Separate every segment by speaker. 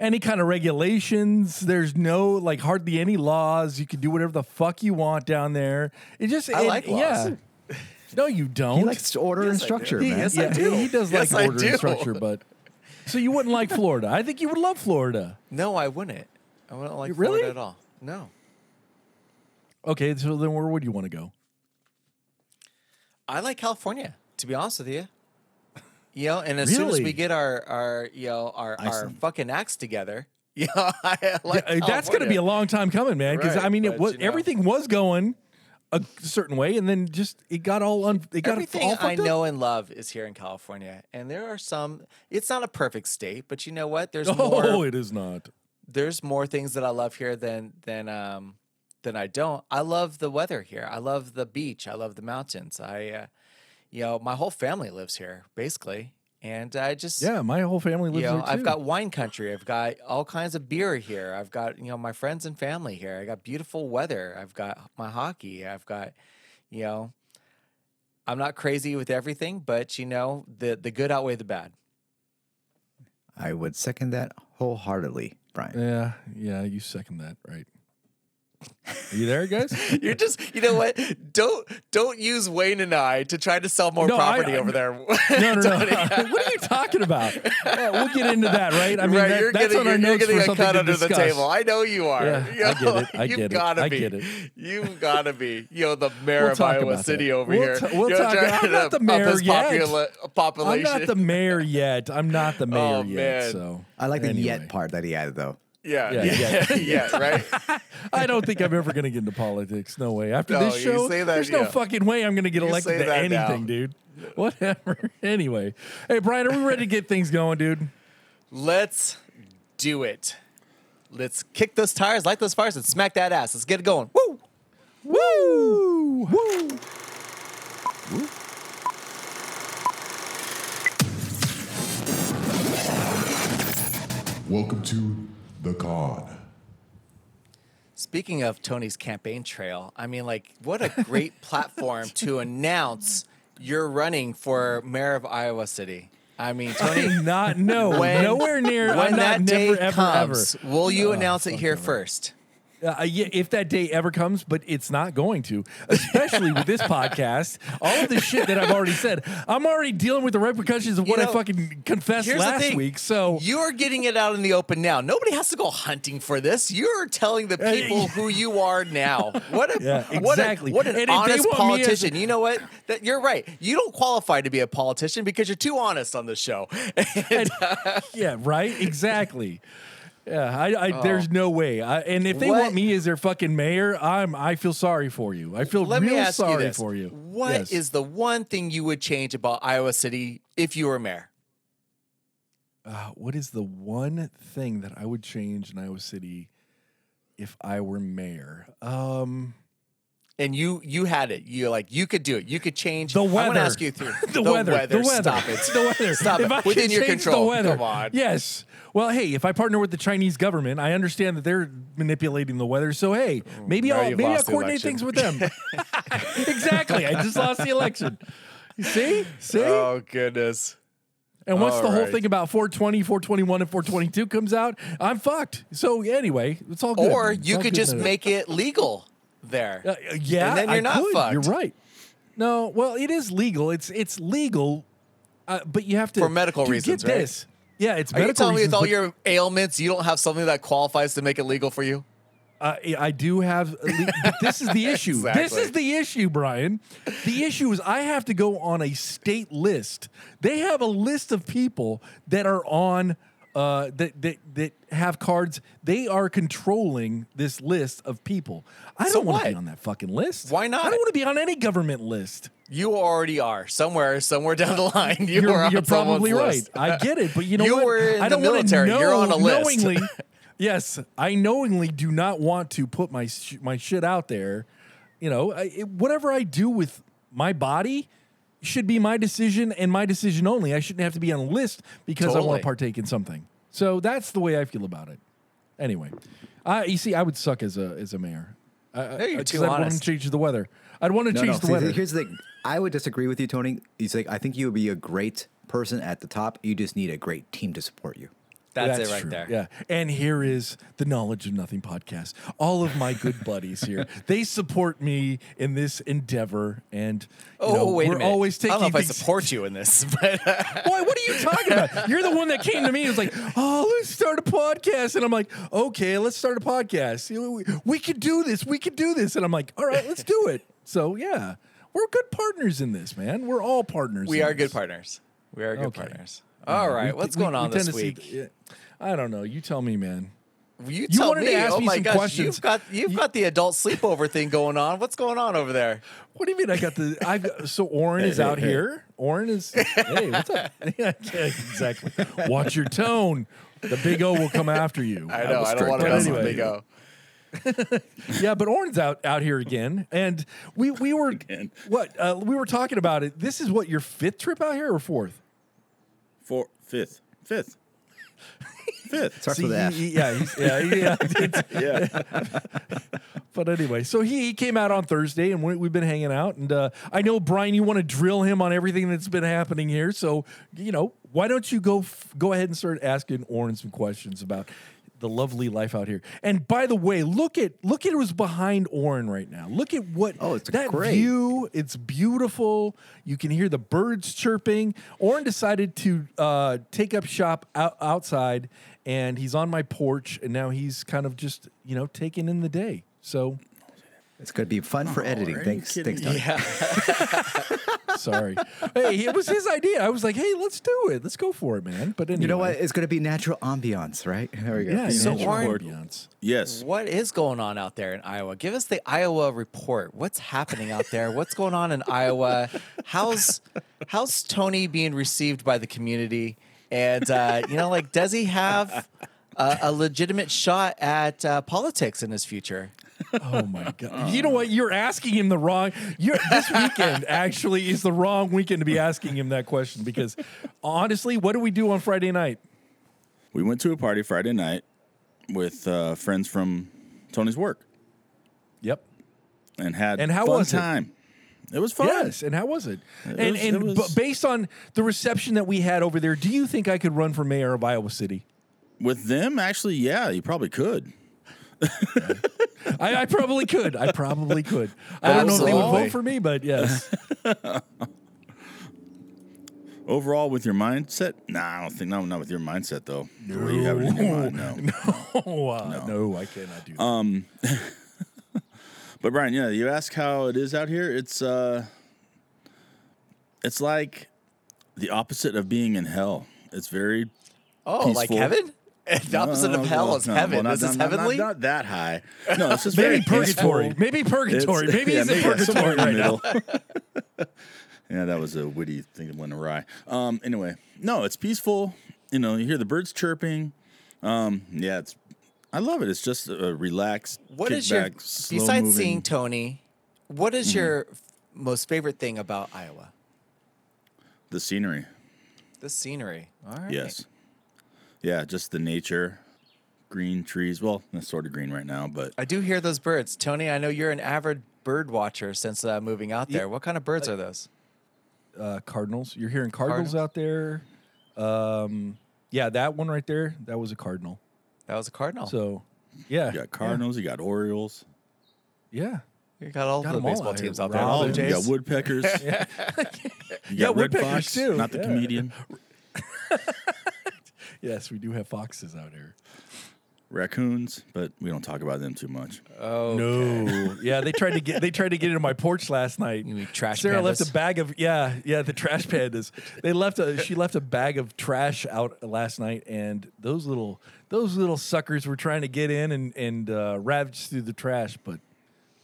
Speaker 1: any kind of regulations. There's no like hardly any laws. You can do whatever the fuck you want down there. It just
Speaker 2: I
Speaker 1: it-
Speaker 2: like laws.
Speaker 1: Yeah. No, you don't.
Speaker 3: He likes order and
Speaker 2: Yes, I do.
Speaker 3: structure,
Speaker 1: He-
Speaker 3: man.
Speaker 2: Yes, I
Speaker 1: yeah,
Speaker 2: do.
Speaker 1: He does
Speaker 2: Yes,
Speaker 1: like
Speaker 2: I
Speaker 1: order and
Speaker 2: do.
Speaker 1: structure, but so you wouldn't like Florida. I think you would love Florida.
Speaker 2: No, I wouldn't. I wouldn't like
Speaker 1: Really?
Speaker 2: Florida at all. No.
Speaker 1: Okay, so then where would you want to go?
Speaker 2: I like California, to be honest with you. You know, and as soon as
Speaker 1: Really?
Speaker 2: we get our our you know our, our
Speaker 3: Iceland.
Speaker 2: fucking acts together, yeah, I like
Speaker 1: Uh, that's going to be a
Speaker 2: California.
Speaker 1: long time coming, man. Because
Speaker 2: Oh, Right,
Speaker 1: I mean, it
Speaker 2: but,
Speaker 1: was
Speaker 2: you know.
Speaker 1: everything was going a certain way, and then just it got all un. It got
Speaker 2: Everything
Speaker 1: all
Speaker 2: I
Speaker 1: fucked up.
Speaker 2: know and love is here in California, and there are some. It's not a perfect state, but you know what? There's
Speaker 1: Oh,
Speaker 2: more.
Speaker 1: it is not.
Speaker 2: There's more things that I love here than than um than I don't. I love the weather here. I love the beach. I love the mountains. I, uh, you know, my whole family lives here basically, and I just
Speaker 1: Yeah, my whole family lives
Speaker 2: you know,
Speaker 1: there too.
Speaker 2: I've got wine country. I've got all kinds of beer here. I've got you know my friends and family here. I got beautiful weather. I've got my hockey. I've got you know, I'm not crazy with everything, but you know the the good outweigh the bad.
Speaker 3: I would second that wholeheartedly, Brian.
Speaker 1: yeah, yeah. You second that, right? Are you there, guys?
Speaker 2: You're just you know what? Don't don't use Wayne and I to try to sell more
Speaker 1: No, I-
Speaker 2: property
Speaker 1: I-
Speaker 2: over there.
Speaker 1: No, no, no.
Speaker 2: Tony.
Speaker 1: what are you talking about? Yeah, we'll get into that, right? I mean,
Speaker 2: right,
Speaker 1: that-
Speaker 2: you're
Speaker 1: that's
Speaker 2: getting,
Speaker 1: on our
Speaker 2: you're,
Speaker 1: notes for
Speaker 2: you're getting a
Speaker 1: something
Speaker 2: cut
Speaker 1: to
Speaker 2: under
Speaker 1: discuss.
Speaker 2: the table. I know you are.
Speaker 1: Yeah,
Speaker 2: You
Speaker 1: I get it. I
Speaker 2: you've
Speaker 1: get it.
Speaker 2: gotta
Speaker 1: I
Speaker 2: be.
Speaker 1: get it.
Speaker 2: You've gotta be. You know the mayor
Speaker 1: We'll
Speaker 2: of
Speaker 1: talk
Speaker 2: Iowa
Speaker 1: about
Speaker 2: City
Speaker 1: that.
Speaker 2: over
Speaker 1: We'll
Speaker 2: here.
Speaker 1: ta- we'll
Speaker 2: You're
Speaker 1: talk-
Speaker 2: trying
Speaker 1: I'm
Speaker 2: to
Speaker 1: not the
Speaker 2: up
Speaker 1: mayor
Speaker 2: his
Speaker 1: yet.
Speaker 2: popula-
Speaker 1: I'm
Speaker 2: population.
Speaker 1: not the mayor yet. I'm not the mayor
Speaker 2: Oh,
Speaker 1: yet.
Speaker 2: man.
Speaker 1: So
Speaker 3: I like the
Speaker 1: anyway.
Speaker 3: yet part that he added, though.
Speaker 2: yeah,
Speaker 1: Yeah,
Speaker 2: yeah,
Speaker 1: yeah.
Speaker 2: yeah, right.
Speaker 1: I don't think I'm ever going to get into politics. No way. After
Speaker 2: No,
Speaker 1: this
Speaker 2: you
Speaker 1: show,
Speaker 2: say that,
Speaker 1: there's no
Speaker 2: yeah.
Speaker 1: fucking way I'm going to get
Speaker 2: You
Speaker 1: elected
Speaker 2: say
Speaker 1: to
Speaker 2: that
Speaker 1: anything,
Speaker 2: now.
Speaker 1: dude. Whatever. anyway, hey Brian, are we ready to get things going, dude?
Speaker 2: Let's do it. Let's kick those tires, light those fires, and smack that ass. Let's get it going. Woo!
Speaker 1: Woo! Woo!
Speaker 4: Welcome to the con.
Speaker 2: Speaking of Tony's campaign trail, I mean, like, what a great platform to announce you're running for mayor of Iowa City. I mean, Tony.
Speaker 1: Not no,
Speaker 2: when-
Speaker 1: nowhere near. I'm
Speaker 2: when
Speaker 1: not
Speaker 2: that day
Speaker 1: never, ever,
Speaker 2: comes,
Speaker 1: ever.
Speaker 2: will you announce it here first?
Speaker 1: Uh, yeah, if that day ever comes, but it's not going to, especially with this podcast. All of the shit that I've already said, I'm already dealing with the repercussions of what I
Speaker 2: know,
Speaker 1: fucking confessed
Speaker 2: Here's the
Speaker 1: last
Speaker 2: thing.
Speaker 1: week. So
Speaker 2: you are getting it out in the open now. Nobody has to go hunting for this. You're telling the people who you are now. What a
Speaker 1: Yeah,
Speaker 2: what a-
Speaker 1: exactly.
Speaker 2: what an
Speaker 1: And if they
Speaker 2: honest
Speaker 1: want me as-
Speaker 2: politician. you know what? That you're right. You don't qualify to be a politician because you're too honest on the show.
Speaker 1: And- yeah, right? Exactly. Yeah, I, I there's no way. I, and if they want
Speaker 2: Oh. What-
Speaker 1: me as their fucking mayor, I'm I feel sorry for you. I feel
Speaker 2: Let
Speaker 1: real
Speaker 2: me ask
Speaker 1: sorry
Speaker 2: you this.
Speaker 1: for you.
Speaker 2: What is
Speaker 1: Yes.
Speaker 2: the one thing you would change about Iowa City if you were mayor?
Speaker 1: uh, what is the one thing that I would change in Iowa City if I were mayor? Um
Speaker 2: and you you had it. You like you could do it. You could change
Speaker 1: The
Speaker 2: I want
Speaker 1: weather.
Speaker 2: to ask you three.
Speaker 1: the, weather, the weather.
Speaker 2: Stop it.
Speaker 1: The weather.
Speaker 2: Stop
Speaker 1: if
Speaker 2: it.
Speaker 1: I could
Speaker 2: Within your
Speaker 1: change
Speaker 2: control.
Speaker 1: The weather.
Speaker 2: Come on.
Speaker 1: Yes. Well, hey, if I partner with the Chinese government, I understand that they're manipulating the weather. So hey, maybe
Speaker 2: now
Speaker 1: I'll
Speaker 2: you've
Speaker 1: maybe I'll
Speaker 2: lost the
Speaker 1: coordinate
Speaker 2: election.
Speaker 1: things with them. exactly. I just lost the election. You See? See?
Speaker 2: Oh goodness.
Speaker 1: and once the whole
Speaker 2: alright.
Speaker 1: thing about 420, 421, and 422 comes out, I'm fucked. So anyway, it's all good.
Speaker 2: Or
Speaker 1: man. It's
Speaker 2: you
Speaker 1: all
Speaker 2: could
Speaker 1: good
Speaker 2: just
Speaker 1: now.
Speaker 2: make it legal there.
Speaker 1: Uh, yeah,
Speaker 2: And then you're
Speaker 1: I
Speaker 2: not
Speaker 1: could.
Speaker 2: fucked.
Speaker 1: You're right. No, well, it is legal. It's it's legal, uh, but you have to
Speaker 2: For medical
Speaker 1: dude,
Speaker 2: reasons,
Speaker 1: Get
Speaker 2: right?
Speaker 1: this. Yeah, it's
Speaker 2: Are
Speaker 1: medical
Speaker 2: you telling me
Speaker 1: reasons.
Speaker 2: with all
Speaker 1: but
Speaker 2: your ailments, you don't have something that qualifies to make it legal for you?
Speaker 1: I, I do have. a le- but this is the issue. This
Speaker 2: Exactly.
Speaker 1: is the issue, Brian. The issue is I have to go on a state list. They have a list of people that are on. Uh, that, that that have cards. They are controlling this list of people. I
Speaker 2: So
Speaker 1: don't want to be
Speaker 2: what?
Speaker 1: on that fucking list.
Speaker 2: Why not?
Speaker 1: I don't want to be on any government list.
Speaker 2: You already are somewhere, somewhere down the line. You
Speaker 1: you're,
Speaker 2: are on
Speaker 1: you're
Speaker 2: someone's
Speaker 1: probably
Speaker 2: list.
Speaker 1: right. I get it, but you know
Speaker 2: You
Speaker 1: what?
Speaker 2: were in
Speaker 1: I
Speaker 2: the
Speaker 1: don't wanna
Speaker 2: military.
Speaker 1: Know,
Speaker 2: You're on a list.
Speaker 1: Knowingly, yes, I knowingly do not want to put my sh- my shit out there. You know, I, it- whatever I do with my body should be my decision and my decision only. I shouldn't have to be on a list because I want
Speaker 2: Totally.
Speaker 1: to partake in something. So that's the way I feel about it. Anyway, I you see, I would suck as a as a mayor. I, I-
Speaker 2: No, you're
Speaker 1: 'cause
Speaker 2: too
Speaker 1: I'd want to
Speaker 2: honest.
Speaker 1: change the weather. I'd want to
Speaker 3: No,
Speaker 1: change
Speaker 3: no.
Speaker 1: the
Speaker 3: See,
Speaker 1: weather.
Speaker 3: here's the thing. I would disagree with you, Tony. You say I think you would be a great person at the top. You just need a great team to support you.
Speaker 2: That's, it right there.
Speaker 1: Yeah. And here is the Knowledge of Nothing podcast. All of my good buddies here. They support me in this endeavor. And you
Speaker 2: Oh,
Speaker 1: know,
Speaker 2: wait
Speaker 1: we're
Speaker 2: a minute.
Speaker 1: always taking
Speaker 2: I don't know if I
Speaker 1: things-
Speaker 2: support you in this, but uh,
Speaker 1: Why? What are you talking about? You're the one that came to me and was like, "Oh, let's start a podcast," and I'm like, "Okay, let's start a podcast. You know, We, we could do this. We could do this." And I'm like, "All right, let's do it." So yeah, we're good partners in this, man. We're all partners.
Speaker 2: we
Speaker 1: in
Speaker 2: are
Speaker 1: this.
Speaker 2: good partners. We are good
Speaker 1: Okay.
Speaker 2: partners. All right,
Speaker 1: We-
Speaker 2: what's
Speaker 1: we-
Speaker 2: going
Speaker 1: we
Speaker 2: on
Speaker 1: tend
Speaker 2: this
Speaker 1: to see-
Speaker 2: week?
Speaker 1: yeah, I don't know. You tell me, man.
Speaker 2: You, tell
Speaker 1: wanted to
Speaker 2: me.
Speaker 1: ask
Speaker 2: oh
Speaker 1: me
Speaker 2: my
Speaker 1: some
Speaker 2: gosh,
Speaker 1: questions.
Speaker 2: You've got you've got the adult sleepover thing going on. What's going on over there?
Speaker 1: What do you mean? I got the. I got, so Oren is out here. Oren is. Hey, what's up? Yeah, exactly. Watch your tone. The big O will come after you.
Speaker 2: I know. I don't want to
Speaker 1: But
Speaker 2: mess with
Speaker 1: anyway.
Speaker 2: Big O.
Speaker 1: yeah, but Oren's out out here again, and we we were what uh, we were talking about it. This is what your fifth trip out here or fourth?
Speaker 5: Four, fifth, fifth, fifth.
Speaker 3: Starts with
Speaker 1: he-
Speaker 3: F.
Speaker 1: he- E yeah, he's, yeah, yeah. it's-
Speaker 5: Yeah.
Speaker 1: but anyway, so he, he came out on Thursday, and we, we've been hanging out. And uh, I know Brian, you want to drill him on everything that's been happening here. So you know, why don't you go f- go ahead and start asking Oren some questions about the lovely life out here? And by the way, look at look at what's behind Oren right now. Look at what
Speaker 3: Oh, it's
Speaker 1: that
Speaker 3: great.
Speaker 1: view view. It's beautiful. You can hear the birds chirping. Oren decided to uh, take up shop out- outside, and he's on my porch, and now he's kind of just you know taking in the day. So
Speaker 3: It's going to be fun for editing.
Speaker 5: are you
Speaker 3: Thanks,
Speaker 5: kidding
Speaker 3: thanks,
Speaker 5: me?
Speaker 3: Doug.
Speaker 1: sorry. hey, it was his idea. I was like, hey, let's do it. Let's go for it, man. But anyway,
Speaker 3: You know what? It's going to be natural ambiance, right? There we go.
Speaker 1: Yeah,
Speaker 5: So
Speaker 1: so
Speaker 5: Oren-
Speaker 1: ambiance.
Speaker 5: Yes.
Speaker 2: What is going on out there in Iowa? Give us the Iowa report. What's happening out there? What's going on in Iowa? How's how's Tony being received by the community? And uh, you know, like, does he have a, a legitimate shot at uh, politics in his future?
Speaker 1: Oh my god! You know what? You're asking him the wrong. You're, this weekend actually is the wrong weekend to be asking him that question because honestly, what do we do on Friday night?
Speaker 5: We went to a party Friday night with uh, friends from Tony's work
Speaker 1: Yep.
Speaker 5: and had
Speaker 1: And how
Speaker 5: fun
Speaker 1: was it?
Speaker 5: time. It? was fun.
Speaker 1: Yes, and how was it? and
Speaker 5: was-
Speaker 1: and
Speaker 5: it
Speaker 1: b-
Speaker 5: was-
Speaker 1: based on the reception that we had over there, do you think I could run for mayor of Iowa City?
Speaker 5: With them, actually, yeah, you probably could.
Speaker 1: I, I probably could. I probably could. I don't know if they would
Speaker 2: Absolutely.
Speaker 1: vote for me, but yes.
Speaker 5: Overall, with your mindset, nah, I don't think, no, not with your mindset, though. The way you have it in your mind, no.
Speaker 1: oh, uh, no. Um, I cannot do that.
Speaker 5: But Brian, yeah, you ask how it is out here. It's uh, it's like the opposite of being in hell. It's very
Speaker 2: Oh, like
Speaker 5: Peaceful.
Speaker 2: heaven? The opposite
Speaker 5: No, no,
Speaker 2: of
Speaker 5: no,
Speaker 2: hell
Speaker 5: no,
Speaker 2: is
Speaker 5: no,
Speaker 2: heaven.
Speaker 5: well, not-
Speaker 2: this is
Speaker 5: not- not-
Speaker 2: heavenly.
Speaker 5: Not, that high. No, it's just very
Speaker 1: maybe
Speaker 5: peaceful.
Speaker 1: purgatory. Maybe
Speaker 5: It's-
Speaker 1: purgatory. Maybe
Speaker 5: yeah,
Speaker 1: he's in
Speaker 5: maybe it's somewhere
Speaker 1: purgatory right now.
Speaker 5: middle. yeah, that was a witty thing that went awry. Um, anyway, no, it's peaceful. You know, you hear the birds chirping. Um, yeah, it's. I love it. It's just a relaxed.
Speaker 2: What
Speaker 5: kick
Speaker 2: is your
Speaker 5: back, slow
Speaker 2: besides
Speaker 5: moving- Mm-hmm.
Speaker 2: seeing Tony? What is your f- most favorite thing about Iowa?
Speaker 5: the scenery?
Speaker 2: The scenery. All right.
Speaker 5: Yes. Yeah, just the nature, green trees. Well, that's sort of green right now, but
Speaker 2: I do hear those birds, Tony. I know you're an avid bird watcher since uh, moving out there. What kind of birds are those?
Speaker 1: Uh, Cardinals. You're hearing Cardinals,
Speaker 2: Cardinals.
Speaker 1: out there. Um, yeah, that one right there. That was a Cardinal.
Speaker 2: That was a cardinal.
Speaker 1: So, yeah,
Speaker 5: you got Cardinals, you got Orioles,
Speaker 1: yeah.
Speaker 2: you got all
Speaker 1: Got
Speaker 2: the
Speaker 1: them all
Speaker 2: baseball
Speaker 1: out here.
Speaker 2: teams out there.
Speaker 1: Rob
Speaker 5: all
Speaker 2: All
Speaker 5: of
Speaker 2: the
Speaker 5: them. You got
Speaker 2: Jays.
Speaker 5: woodpeckers. You
Speaker 1: Yeah,
Speaker 5: got red
Speaker 1: woodpeckers
Speaker 5: fox,
Speaker 1: too,
Speaker 5: not the
Speaker 1: yeah.
Speaker 5: comedian.
Speaker 1: Yes, we do have foxes out here.
Speaker 5: Raccoons, but we don't talk about them too much.
Speaker 2: Oh,
Speaker 1: No. yeah, they tried to get they tried to get into my porch last night.
Speaker 2: You mean trash
Speaker 1: Sarah left a
Speaker 2: pandas?
Speaker 1: bag of yeah, yeah, the trash pandas. They left a she left a bag of trash out last night and those little those little suckers were trying to get in and and uh, ravage through the trash, but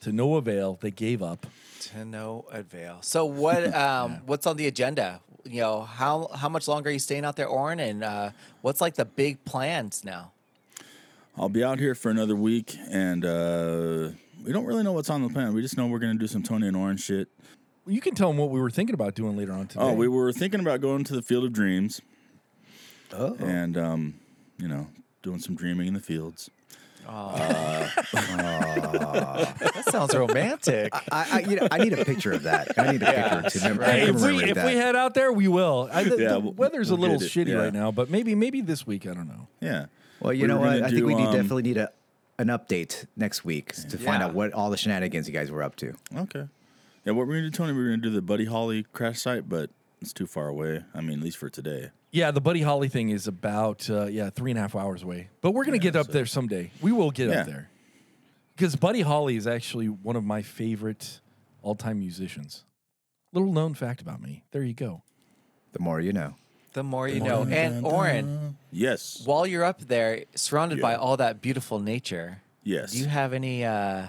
Speaker 1: to no avail, they gave up.
Speaker 2: to no avail. So what? Um, What's on the agenda? You know how how much longer are you staying out there, Oren? And uh, what's like the big plans now?
Speaker 5: I'll be out here for another week, and uh, we don't really know what's on the plan. We just know we're going to do some Tony and Orange shit.
Speaker 1: You can tell them what we were thinking about doing later on today.
Speaker 5: Oh, we were thinking about going to the Field
Speaker 3: Oh.
Speaker 5: of Dreams, and um, you know, doing some dreaming in the fields.
Speaker 2: That sounds romantic.
Speaker 3: I, I, you know, I need a picture of that. I need a picture to mem-
Speaker 1: Hey, if we
Speaker 3: commemorate
Speaker 1: if
Speaker 3: that.
Speaker 1: we head out there, we will. I, the,
Speaker 5: Yeah,
Speaker 1: the
Speaker 5: we'll-
Speaker 1: weather's
Speaker 5: we'll
Speaker 1: a little
Speaker 5: get it,
Speaker 1: shitty
Speaker 5: yeah.
Speaker 1: right now, but maybe maybe this week. I don't know.
Speaker 5: Yeah.
Speaker 3: well, you
Speaker 5: We
Speaker 3: know
Speaker 5: were gonna
Speaker 3: what? I think we
Speaker 5: do,
Speaker 3: need
Speaker 5: um,
Speaker 3: definitely need a an update next week to find
Speaker 2: Yeah.
Speaker 3: out what all the shenanigans you guys were up to.
Speaker 5: Okay. Yeah, what we're gonna do, Tony? We're gonna do the Buddy Holly crash site, but it's too far away. I mean, at least for today.
Speaker 1: Yeah, the Buddy Holly thing is about uh, yeah three and a half hours away, but we're gonna get up there someday. We will get
Speaker 5: Yeah.
Speaker 1: up there because Buddy Holly is actually one of my favorite all time musicians. Little known fact about me. There you go.
Speaker 3: The more you know.
Speaker 2: The more you know. And Oren,
Speaker 5: Yes.
Speaker 2: while you're up there, surrounded by all that beautiful nature,
Speaker 5: Yes.
Speaker 2: do you have any uh,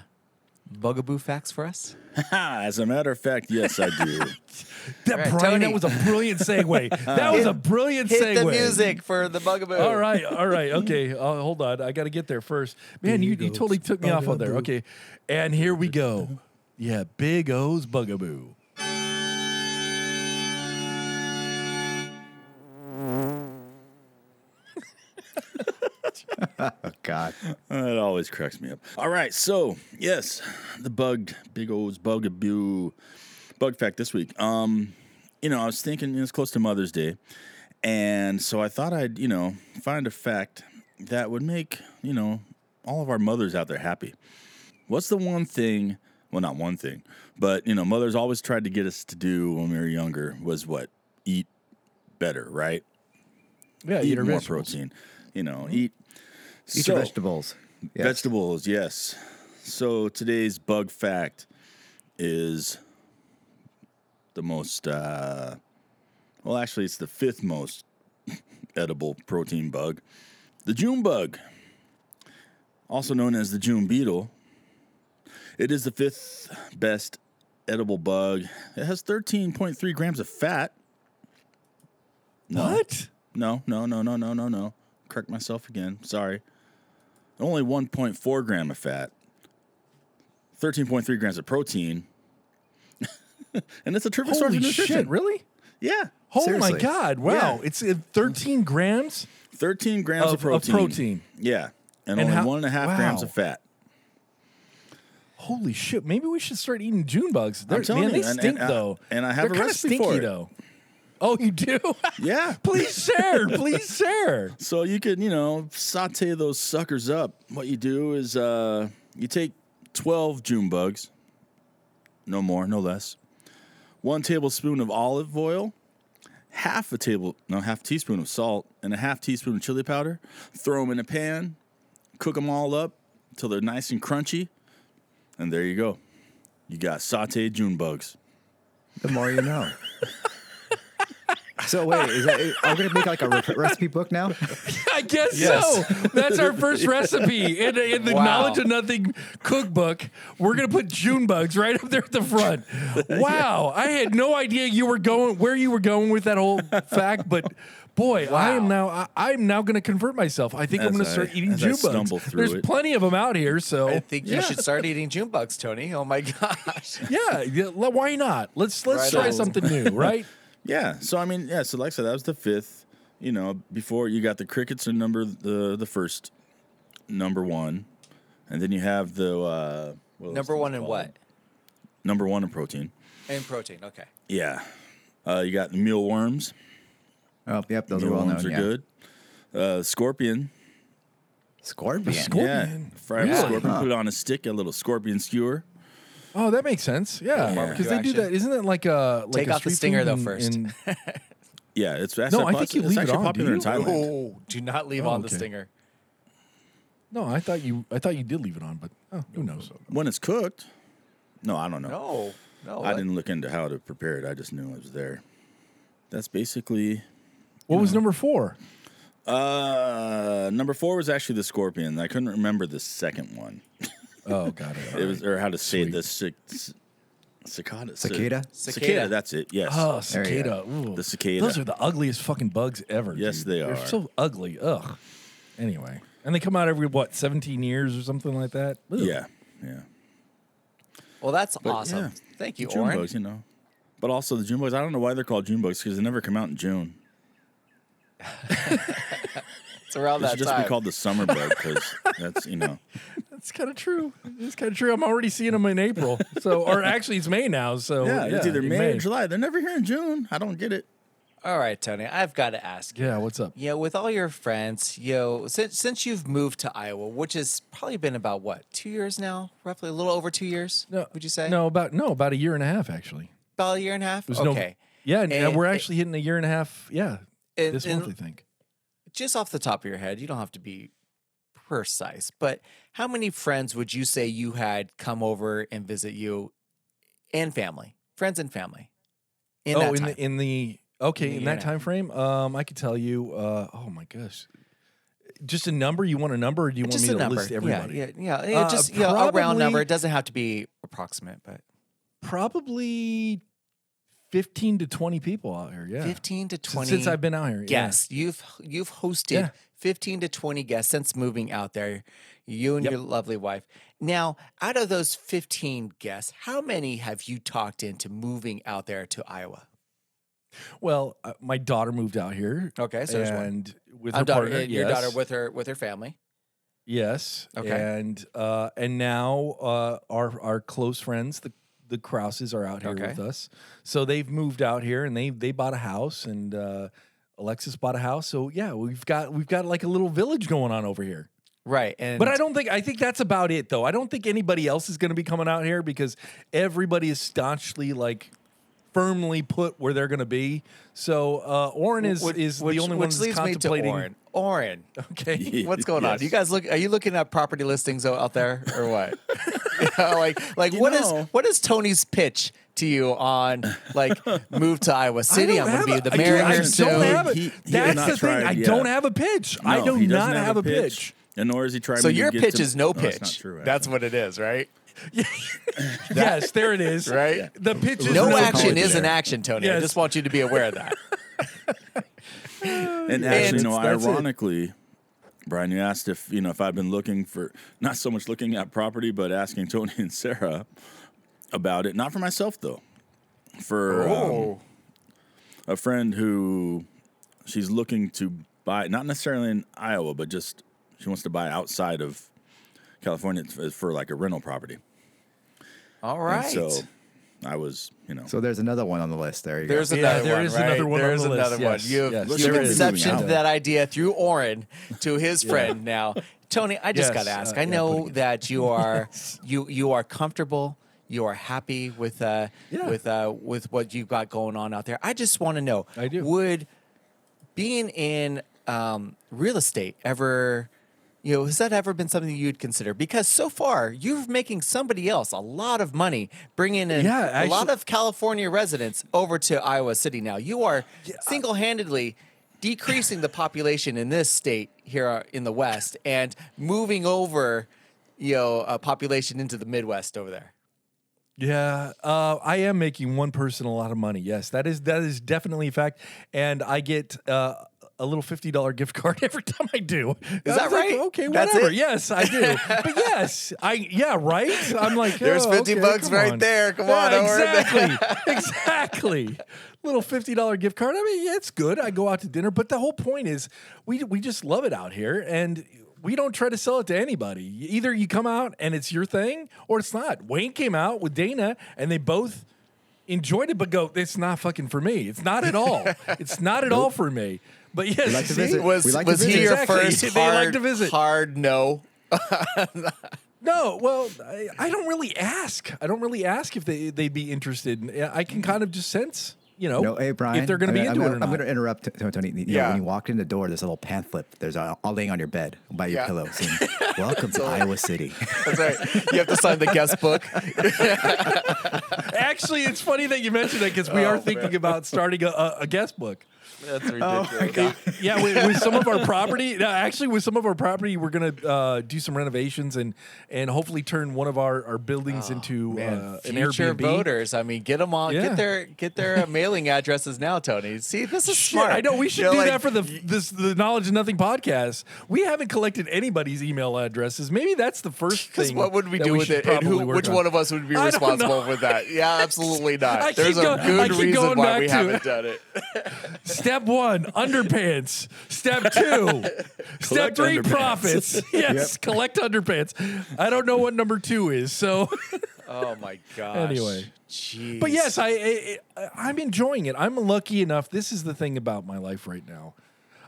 Speaker 2: bugaboo facts for us?
Speaker 5: Ah, As a matter of fact, yes, I do.
Speaker 1: That Brian,
Speaker 2: right,
Speaker 1: that
Speaker 2: Tony.
Speaker 1: was a brilliant segue. That was a brilliant
Speaker 2: Hit
Speaker 1: segue.
Speaker 2: the music for the bugaboo.
Speaker 1: All right, all right, okay. Uh, hold on, I got to get there first. Man, you, you totally took me off on there. Okay, and here we go. Yeah, Big O's Bugaboo.
Speaker 3: Oh God.
Speaker 5: It always cracks me up. All right, so yes, the bug, big old bugaboo, bug fact this week. Um, you know, I was thinking it's close to Mother's Day, and so I thought I'd you know find a fact that would make you know all of our mothers out there happy. What's the one thing? Well, not one thing, but you know, mothers always tried to get us to do when we were younger was what eat better, right?
Speaker 1: Yeah,
Speaker 5: eat
Speaker 1: your
Speaker 5: more
Speaker 1: vegetables. Mm-hmm.
Speaker 5: protein. You know, eat.
Speaker 3: Eat
Speaker 5: So-
Speaker 3: your vegetables. Yes.
Speaker 5: Vegetables, yes. So today's bug fact is the most, uh, well, actually, it's the fifth most edible protein bug. The June bug, also known as the June beetle, it is the fifth best edible bug. It has 13.3 grams of fat.
Speaker 1: What?
Speaker 5: No, no, no, no, no, no, no. Correct myself again. Sorry. Only 1.4 gram of fat, 13.3 grams of protein, and it's a terrific source
Speaker 1: Holy
Speaker 5: of nutrition.
Speaker 1: shit! Really?
Speaker 5: Yeah.
Speaker 1: Oh my
Speaker 3: Seriously.
Speaker 1: god! Wow,
Speaker 5: Yeah.
Speaker 1: it's uh, 13 grams.
Speaker 5: 13 grams of,
Speaker 1: Of- of
Speaker 5: protein.
Speaker 1: protein.
Speaker 5: Yeah. And,
Speaker 1: And
Speaker 5: only
Speaker 1: how-
Speaker 5: one and a half grams
Speaker 1: wow.
Speaker 5: of fat.
Speaker 1: Holy shit! Maybe we should start eating June bugs. They're,
Speaker 5: telling
Speaker 1: man,
Speaker 5: you,
Speaker 1: they
Speaker 5: and-
Speaker 1: stink
Speaker 5: and I-
Speaker 1: though.
Speaker 5: and I have
Speaker 1: They're
Speaker 5: a
Speaker 1: kinda
Speaker 5: recipe
Speaker 1: stinky,
Speaker 5: for it.
Speaker 1: though. Oh, you do?
Speaker 5: Yeah.
Speaker 1: please share. Please share.
Speaker 5: So you could, you know, saute those suckers up. What you do is uh, you take 12 June bugs, no more, no less, one tablespoon of olive oil, half a table, no, half teaspoon of salt, and a half teaspoon of chili powder. Throw them in a pan, cook them all up till they're nice and crunchy, and there you go. You got sauteed June bugs.
Speaker 3: The more you know. so wait, is that, I'm gonna make like a re- recipe book now.
Speaker 1: I guess
Speaker 2: Yes.
Speaker 1: so. That's our first recipe in, in the
Speaker 2: Wow.
Speaker 1: Knowledge of Nothing cookbook. We're gonna put June bugs right up there at the front. Wow, I had no idea you were going where you were going with that whole fact, but boy, I am now I, I'm now gonna convert myself. I think I'm
Speaker 5: As
Speaker 1: gonna
Speaker 5: I-
Speaker 1: start eating
Speaker 5: as I
Speaker 1: June
Speaker 5: stumble
Speaker 1: bugs.
Speaker 5: through
Speaker 1: There's
Speaker 5: it.
Speaker 1: plenty of them out here, so
Speaker 2: I think
Speaker 1: yeah.
Speaker 2: you should start eating June bugs, Tony. Oh my gosh.
Speaker 1: Yeah, yeah, le- why not? Let's let's
Speaker 2: Right
Speaker 1: try
Speaker 2: on.
Speaker 1: something new, right?
Speaker 5: Yeah. So I mean, yeah. So like I said, that was the fifth. You know, before you got the crickets are number the the first number one, and then you have the uh, what are those
Speaker 2: Number
Speaker 5: things
Speaker 2: one in
Speaker 5: called?
Speaker 2: what?
Speaker 5: Number one in protein.
Speaker 2: In protein. Okay.
Speaker 5: Yeah. Uh, you got the mealworms.
Speaker 3: Oh, yep, those are well known.
Speaker 5: Mealworms are
Speaker 3: yeah.
Speaker 5: good. Uh, scorpion.
Speaker 3: Scorpion.
Speaker 1: Scorpion.
Speaker 5: Yeah. Fry up a
Speaker 1: Really?
Speaker 5: scorpion. Put it on a stick. A little scorpion skewer.
Speaker 1: Oh, that makes sense. Yeah, because
Speaker 2: Barbecue
Speaker 1: they do
Speaker 2: action.
Speaker 1: that. Isn't it like a like
Speaker 2: Take
Speaker 1: a
Speaker 2: out the
Speaker 1: street
Speaker 2: stinger,
Speaker 1: food
Speaker 2: though,
Speaker 1: in-
Speaker 2: first.
Speaker 1: in-
Speaker 5: Yeah, it's actually,
Speaker 1: I think you
Speaker 5: it's
Speaker 1: leave it
Speaker 5: actually
Speaker 1: on, do
Speaker 5: popular in
Speaker 1: you?
Speaker 5: Thailand.
Speaker 2: Oh, do not leave
Speaker 1: Oh,
Speaker 2: on the
Speaker 1: okay.
Speaker 2: stinger.
Speaker 1: no, I thought you I thought you did leave it on, but oh, who knows?
Speaker 5: When it's cooked. No, I don't know.
Speaker 2: No, no.
Speaker 5: I
Speaker 2: that-
Speaker 5: didn't look into how to prepare it. I just knew it was there. That's basically
Speaker 1: What was number four?
Speaker 5: Uh, number four was actually the scorpion. I couldn't remember the second one.
Speaker 1: Oh, got
Speaker 5: It was or how to say it, the cic- c- cicada. ci-
Speaker 3: Cicada?
Speaker 5: Cicada.
Speaker 2: Cicada.
Speaker 5: That's it. Yes.
Speaker 1: Oh,
Speaker 3: There you
Speaker 1: cicada. Ooh.
Speaker 5: The cicada.
Speaker 1: Those are the ugliest fucking bugs ever.
Speaker 5: Yes,
Speaker 1: dude.
Speaker 5: they
Speaker 1: They're
Speaker 5: are.
Speaker 1: so ugly. Ugh. Anyway, and they come out every what, seventeen years or something like that. Ugh.
Speaker 5: yeah. Yeah.
Speaker 2: Well, that's awesome.
Speaker 5: yeah.
Speaker 2: Thank
Speaker 5: The
Speaker 2: you,
Speaker 5: June
Speaker 2: Oren.
Speaker 5: bugs, you know. But also the June bugs. I don't know why they're called June bugs because they never come out in June.
Speaker 2: It's around
Speaker 5: This
Speaker 2: that
Speaker 5: should just
Speaker 2: time.
Speaker 5: be called the summer bug because that's you know
Speaker 1: That's kind of true. It's kind of true. I'm already seeing them in April. So, or actually, it's May now. So
Speaker 5: yeah, it's either May,
Speaker 1: Oh, May.
Speaker 5: or July. They're never here in June. I don't get it.
Speaker 2: All right, Tony, I've got to ask you.
Speaker 1: Yeah, what's up?
Speaker 2: You know, with all your friends, you know, since since you've moved to Iowa, which has probably been about what two years now, roughly a little over two years. would you say
Speaker 1: No, about no, about a year and a half actually.
Speaker 2: about a year and a half?
Speaker 1: It was no-
Speaker 2: okay,
Speaker 1: yeah, and, uh,
Speaker 2: And-
Speaker 1: we're actually hitting a year and a half. Yeah,
Speaker 2: And-
Speaker 1: this
Speaker 2: and-
Speaker 1: month I think.
Speaker 2: just off the top of your head, you don't have to be precise, but how many friends would you say you had come over and visit you, and family, friends and family, in
Speaker 1: oh,
Speaker 2: that
Speaker 1: in
Speaker 2: time?
Speaker 1: the in the okay
Speaker 2: In the
Speaker 1: in,
Speaker 2: year
Speaker 1: that
Speaker 2: and a half.
Speaker 1: time frame, um, I could tell you. Uh, oh my gosh, just a number. You want a number, or do you want
Speaker 2: just
Speaker 1: me
Speaker 2: a
Speaker 1: to
Speaker 2: number.
Speaker 1: list everybody?
Speaker 2: Yeah, yeah, yeah.
Speaker 1: Uh,
Speaker 2: just you know, a round number.
Speaker 1: probably-
Speaker 2: It doesn't have to be approximate, but
Speaker 1: Probably fifteen to twenty people out here. Yeah,
Speaker 2: fifteen to
Speaker 1: Since-
Speaker 2: twenty.
Speaker 1: since I've been out here. Yeah.
Speaker 2: guests. You've you've hosted
Speaker 1: Yeah.
Speaker 2: 15 to 20 guests since moving out there, you and
Speaker 1: Yep.
Speaker 2: your lovely wife. Now, out of those 15 guests, how many have you talked into moving out there to Iowa?
Speaker 1: Well, uh, my daughter moved out here.
Speaker 2: Okay, so there's one.
Speaker 1: and with
Speaker 2: Uh,
Speaker 1: her
Speaker 2: daughter-
Speaker 1: partner,
Speaker 2: uh, your daughter
Speaker 1: yes.
Speaker 2: with her with her family.
Speaker 1: Yes.
Speaker 2: Okay.
Speaker 1: And uh, and now uh, our our close friends, the the Krauses, are out here
Speaker 2: Okay.
Speaker 1: with us. So they've moved out here, and they they bought a house, and uh, Alexis bought a house. So yeah, we've got we've got like a little village going on over here.
Speaker 2: Right. And
Speaker 1: But I don't think I think that's about it though. I don't think anybody else is going to be coming out here because everybody is staunchly like firmly put where they're going to be. So uh, Oren is
Speaker 2: Wh-
Speaker 1: is
Speaker 2: which-
Speaker 1: the only one
Speaker 2: which
Speaker 1: that's
Speaker 2: leads me to
Speaker 1: contemplating.
Speaker 2: Oren. Oren,
Speaker 1: Okay.
Speaker 2: what's going on?
Speaker 5: Yes.
Speaker 2: You guys look? Are you looking at property listings o- out there or what? You know, like, like
Speaker 5: You
Speaker 2: what is
Speaker 5: know-
Speaker 2: what is Tony's pitch to you on like move to Iowa City?
Speaker 1: I
Speaker 2: I'm
Speaker 1: don't
Speaker 2: going to
Speaker 1: have
Speaker 2: be
Speaker 1: a-
Speaker 2: the
Speaker 1: I
Speaker 2: mayor
Speaker 1: don't- I
Speaker 2: here
Speaker 1: don't
Speaker 2: soon.
Speaker 1: have a-
Speaker 5: He- he has
Speaker 1: that's
Speaker 5: not
Speaker 1: the thing.
Speaker 5: tried
Speaker 1: I
Speaker 5: yet.
Speaker 1: don't have a pitch. I
Speaker 5: No,
Speaker 1: do
Speaker 5: he doesn't
Speaker 1: not have, a pitch.
Speaker 5: and nor has he tried.
Speaker 2: So
Speaker 5: when you
Speaker 2: your
Speaker 5: get
Speaker 2: pitch
Speaker 5: to-
Speaker 2: is no
Speaker 5: Oh,
Speaker 2: pitch.
Speaker 5: that's not true.
Speaker 2: That's what it is, right?
Speaker 1: yes, there it is.
Speaker 2: Right?
Speaker 1: The pitch is
Speaker 2: No
Speaker 5: no
Speaker 2: action
Speaker 5: apology
Speaker 2: is an
Speaker 5: there.
Speaker 2: action, Tony. I
Speaker 1: Yes.
Speaker 2: just want you to be aware of that.
Speaker 5: actually. and actually,
Speaker 1: it's-
Speaker 5: no.
Speaker 1: that's it.
Speaker 5: Ironically, Brian, you asked if you know if I've been looking for not so much looking at property, but asking Tony and Sarah about it. Not for myself though. For um,
Speaker 1: Oh.
Speaker 5: a friend who she's looking to buy, not necessarily in Iowa, but just she wants to buy outside of California f- for like a rental property.
Speaker 2: all
Speaker 5: And
Speaker 2: right.
Speaker 5: so I was, you know,
Speaker 3: So there's another one on the list. There you
Speaker 2: There's
Speaker 3: go.
Speaker 1: Yeah,
Speaker 2: another
Speaker 1: there
Speaker 2: one.
Speaker 1: is
Speaker 2: right?
Speaker 1: another one on
Speaker 2: There's
Speaker 1: the list.
Speaker 2: another one.
Speaker 1: Yes,
Speaker 2: You've,
Speaker 1: yes.
Speaker 2: you've
Speaker 5: There is.
Speaker 2: inceptioned
Speaker 5: Yeah.
Speaker 2: that idea through Oren to his friend now. Tony, I just
Speaker 1: Yes,
Speaker 2: gotta ask.
Speaker 1: uh,
Speaker 2: I
Speaker 1: yeah,
Speaker 2: know
Speaker 1: putting it-
Speaker 2: that you are you you are comfortable, you are happy with uh
Speaker 1: Yeah.
Speaker 2: with uh with what you've got going on out there. I just wanna know
Speaker 1: I do.
Speaker 2: would being in um, real estate ever you know has that ever been something you'd consider because so far you're making somebody else a lot of money bringing in
Speaker 1: Yeah,
Speaker 2: a lot
Speaker 1: actually-
Speaker 2: of california residents over to iowa city now you are single-handedly decreasing the population in this state here uh, in the west and moving over you know a population into the midwest over there
Speaker 1: Yeah, uh, I am making one person a lot of money. Yes, that is that is definitely a fact, and I get uh, a little fifty dollar gift card every time I do. Is
Speaker 2: that right?
Speaker 1: okay,
Speaker 2: That's
Speaker 1: whatever.
Speaker 2: it?
Speaker 1: Yes, I do. but yes, I yeah, right. I'm like,
Speaker 2: There's
Speaker 1: oh,
Speaker 2: 50
Speaker 1: okay,
Speaker 2: bucks
Speaker 1: come
Speaker 2: right
Speaker 1: on.
Speaker 2: there. Come
Speaker 1: Yeah,
Speaker 2: on, Owen.
Speaker 1: exactly, exactly. Little fifty dollar gift card. I mean, yeah, it's good. I go out to dinner, but the whole point is we we just love it out here, and we don't try to sell it to anybody. Either you come out and it's your thing, or it's not. Wayne came out with Dana, and they both enjoyed it, but go, it's not fucking for me. It's not at all. it's not at all for me. But yes,
Speaker 3: like to
Speaker 1: see?
Speaker 3: visit.
Speaker 2: was
Speaker 3: We like to
Speaker 2: was he
Speaker 3: visit.
Speaker 2: your
Speaker 1: Exactly.
Speaker 2: first
Speaker 1: They
Speaker 2: hard,
Speaker 1: like to visit.
Speaker 2: hard no
Speaker 1: No, well, I, I don't really ask. I don't really ask if they they'd be interested. in- I can kind of just sense, you know,
Speaker 3: No, hey Brian.
Speaker 1: if they're going
Speaker 3: I
Speaker 1: to be
Speaker 3: mean,
Speaker 1: into
Speaker 3: I'm,
Speaker 1: it or
Speaker 3: I'm
Speaker 1: not.
Speaker 3: going to interrupt T- Tony. Tony, you know,
Speaker 2: Yeah.
Speaker 3: when you walked in the door, there's a little pamphlet. There's a, all laying on your bed by your
Speaker 2: Yeah.
Speaker 3: pillow saying, "Welcome to Iowa City."
Speaker 2: That's right. You have to sign the guest book.
Speaker 1: Actually, it's funny that you mentioned that because we
Speaker 3: Oh,
Speaker 1: are thinking about starting a, a, a guest book.
Speaker 2: That's ridiculous.
Speaker 1: Yeah, with, with some of our property. No, actually, with some of our property, we're gonna uh, do some renovations and and hopefully turn one of
Speaker 3: Oh,
Speaker 1: our, our buildings into
Speaker 2: Man,
Speaker 1: uh, an
Speaker 2: future
Speaker 1: Airbnb.
Speaker 2: voters. I mean, get them on.
Speaker 1: Yeah.
Speaker 2: Get their get their uh, mailing addresses now, Tony. See, this is
Speaker 1: Shit,
Speaker 2: smart.
Speaker 1: I know we should
Speaker 2: You're
Speaker 1: do
Speaker 2: like,
Speaker 1: that for the this the knowledge of nothing podcast. We haven't collected anybody's email addresses. Maybe that's the first
Speaker 2: Because
Speaker 1: thing.
Speaker 2: what would we
Speaker 1: that
Speaker 2: do with
Speaker 1: should
Speaker 2: it? And who,
Speaker 1: probably work
Speaker 2: which
Speaker 1: on.
Speaker 2: one of us would be
Speaker 1: I don't
Speaker 2: responsible
Speaker 1: know.
Speaker 2: for that? Yeah, absolutely not.
Speaker 1: I
Speaker 2: There's
Speaker 1: keep
Speaker 2: a
Speaker 1: go- I
Speaker 2: good
Speaker 1: keep
Speaker 2: reason
Speaker 1: going
Speaker 2: why
Speaker 1: back
Speaker 2: we
Speaker 1: to
Speaker 2: haven't
Speaker 1: it.
Speaker 2: done it.
Speaker 1: Step one, underpants. Step two, step
Speaker 5: Collect
Speaker 1: three,
Speaker 5: underpants.
Speaker 1: profits. Yes, collect underpants. I don't know what number two is. So,
Speaker 2: Oh my gosh.
Speaker 1: Anyway.
Speaker 2: Jeez.
Speaker 1: but yes, I, I I- I'm enjoying it. I'm lucky enough. This is the thing about my life right now.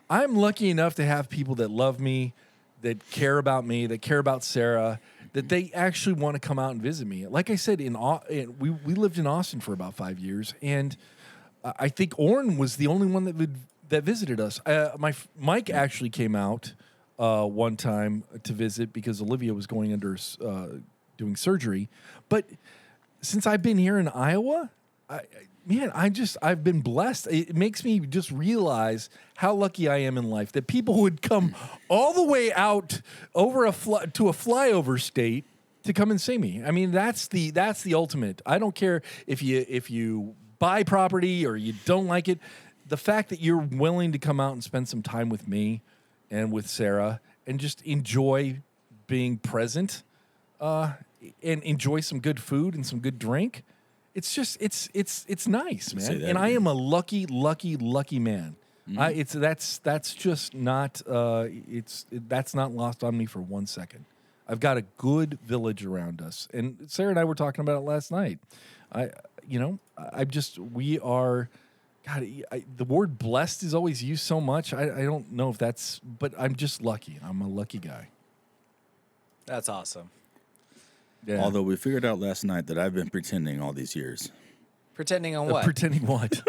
Speaker 1: I'm lucky enough to have people that love me, that care about me, that care about Sarah, that they actually want to come out and visit me. Like I said, in, Au- in we we lived in Austin for about five years, and I I think Orrin was the only one that would, that visited us. Uh, my f- Mike actually came out uh, one time to visit because Olivia was going under s- uh, doing surgery. But since I've been here in Iowa, I, I- man, I just I've been blessed. It it makes me just realize how lucky I am in life that people would come all the way out over a fly, to a flyover state to come and see me. I mean, that's the that's the ultimate. I don't care if you if you buy property or you don't like it. The fact that you're willing to come out and spend some time with me and with Sarah and just enjoy being present uh, and enjoy some good food and some good drink. It's just it's it's it's nice, man.
Speaker 5: say that
Speaker 1: And I
Speaker 5: again. Mm-hmm.
Speaker 1: am a lucky, lucky, lucky man. I, it's that's that's just not uh, it's that's not lost on me for one second. I've got a good village around us, and Sarah and I were talking about it last night. I, you know, I- I'm just we are. God, I, the word blessed is always used so much. I, I don't know if that's, but I'm just lucky. I'm a lucky guy.
Speaker 2: That's awesome.
Speaker 1: Yeah.
Speaker 5: Although we figured out last night that I've been pretending all these years,
Speaker 2: Pretending on
Speaker 1: Uh,
Speaker 2: what?
Speaker 1: pretending what?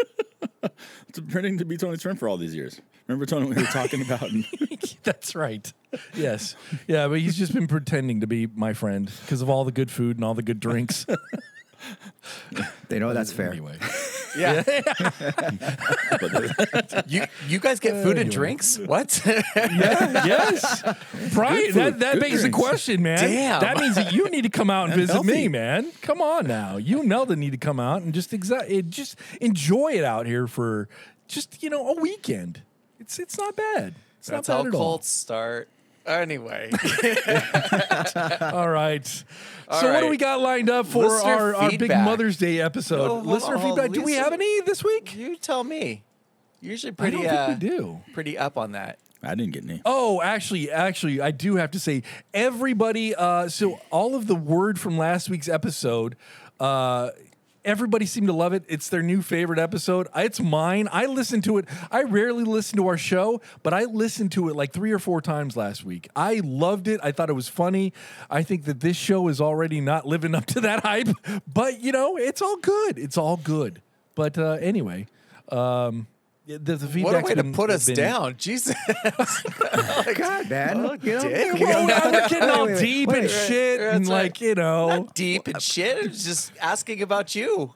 Speaker 5: It's pretending to be Tony's friend for all these years. Remember Tony we were talking about?
Speaker 1: That's right. Yes. Yeah, but he's just been pretending to be my friend because of all the good food and all the good drinks.
Speaker 3: They know that's fair.
Speaker 1: anyway,
Speaker 2: yeah.
Speaker 5: but there-
Speaker 2: you you guys get food and
Speaker 1: Anyway.
Speaker 2: drinks? What?
Speaker 1: yeah, yes, Brian. that
Speaker 5: food,
Speaker 1: that
Speaker 5: good
Speaker 1: begs the
Speaker 5: drinks.
Speaker 1: question, man.
Speaker 2: Damn.
Speaker 1: That means that you need to come out and,
Speaker 5: And
Speaker 1: visit me,
Speaker 5: healthy.
Speaker 1: man. Come on now, you and Nelda need to come out and just exa- it, just enjoy it out here for just you know a weekend. It's it's not bad. It's
Speaker 2: That's
Speaker 1: not
Speaker 2: how
Speaker 1: bad at all.
Speaker 2: cults start. Anyway,
Speaker 1: All right.
Speaker 2: All
Speaker 1: so what do
Speaker 2: right.
Speaker 1: we got lined up for
Speaker 2: Listener
Speaker 1: our, our big
Speaker 2: feedback.
Speaker 1: Mother's Day episode?
Speaker 2: Oh, hold
Speaker 1: Listener
Speaker 2: on, hold on.
Speaker 1: feedback. Do we
Speaker 2: Listen-
Speaker 1: have any this week?
Speaker 2: you tell me. You're usually
Speaker 1: I
Speaker 2: pretty
Speaker 1: don't
Speaker 2: uh,
Speaker 1: think we do.
Speaker 2: pretty up on that.
Speaker 5: I didn't get any.
Speaker 1: Oh, actually, actually, I do have to say, everybody. Uh, so all of the word from last week's episode, uh, everybody seemed to love it. It's their new favorite episode. It's mine. I listened to it. I rarely listen to our show, but I listened to it like three or four times last week. I loved it. I thought it was funny. I think that this show is already not living up to that hype, but you know, it's all good. It's all good. But uh, anyway. Um, the, the
Speaker 2: What a
Speaker 1: feedback's
Speaker 2: way to
Speaker 1: been-
Speaker 2: put us
Speaker 1: been-
Speaker 2: down, Jesus!
Speaker 3: God, man. you know,
Speaker 2: dick.
Speaker 3: you
Speaker 1: Oh,
Speaker 3: know,
Speaker 1: now we're getting all
Speaker 3: Wait, wait,
Speaker 1: deep
Speaker 3: wait.
Speaker 1: and shit,
Speaker 2: right,
Speaker 1: and
Speaker 2: that's right.
Speaker 1: like you know,
Speaker 2: Deep and shit. I'm just asking about you.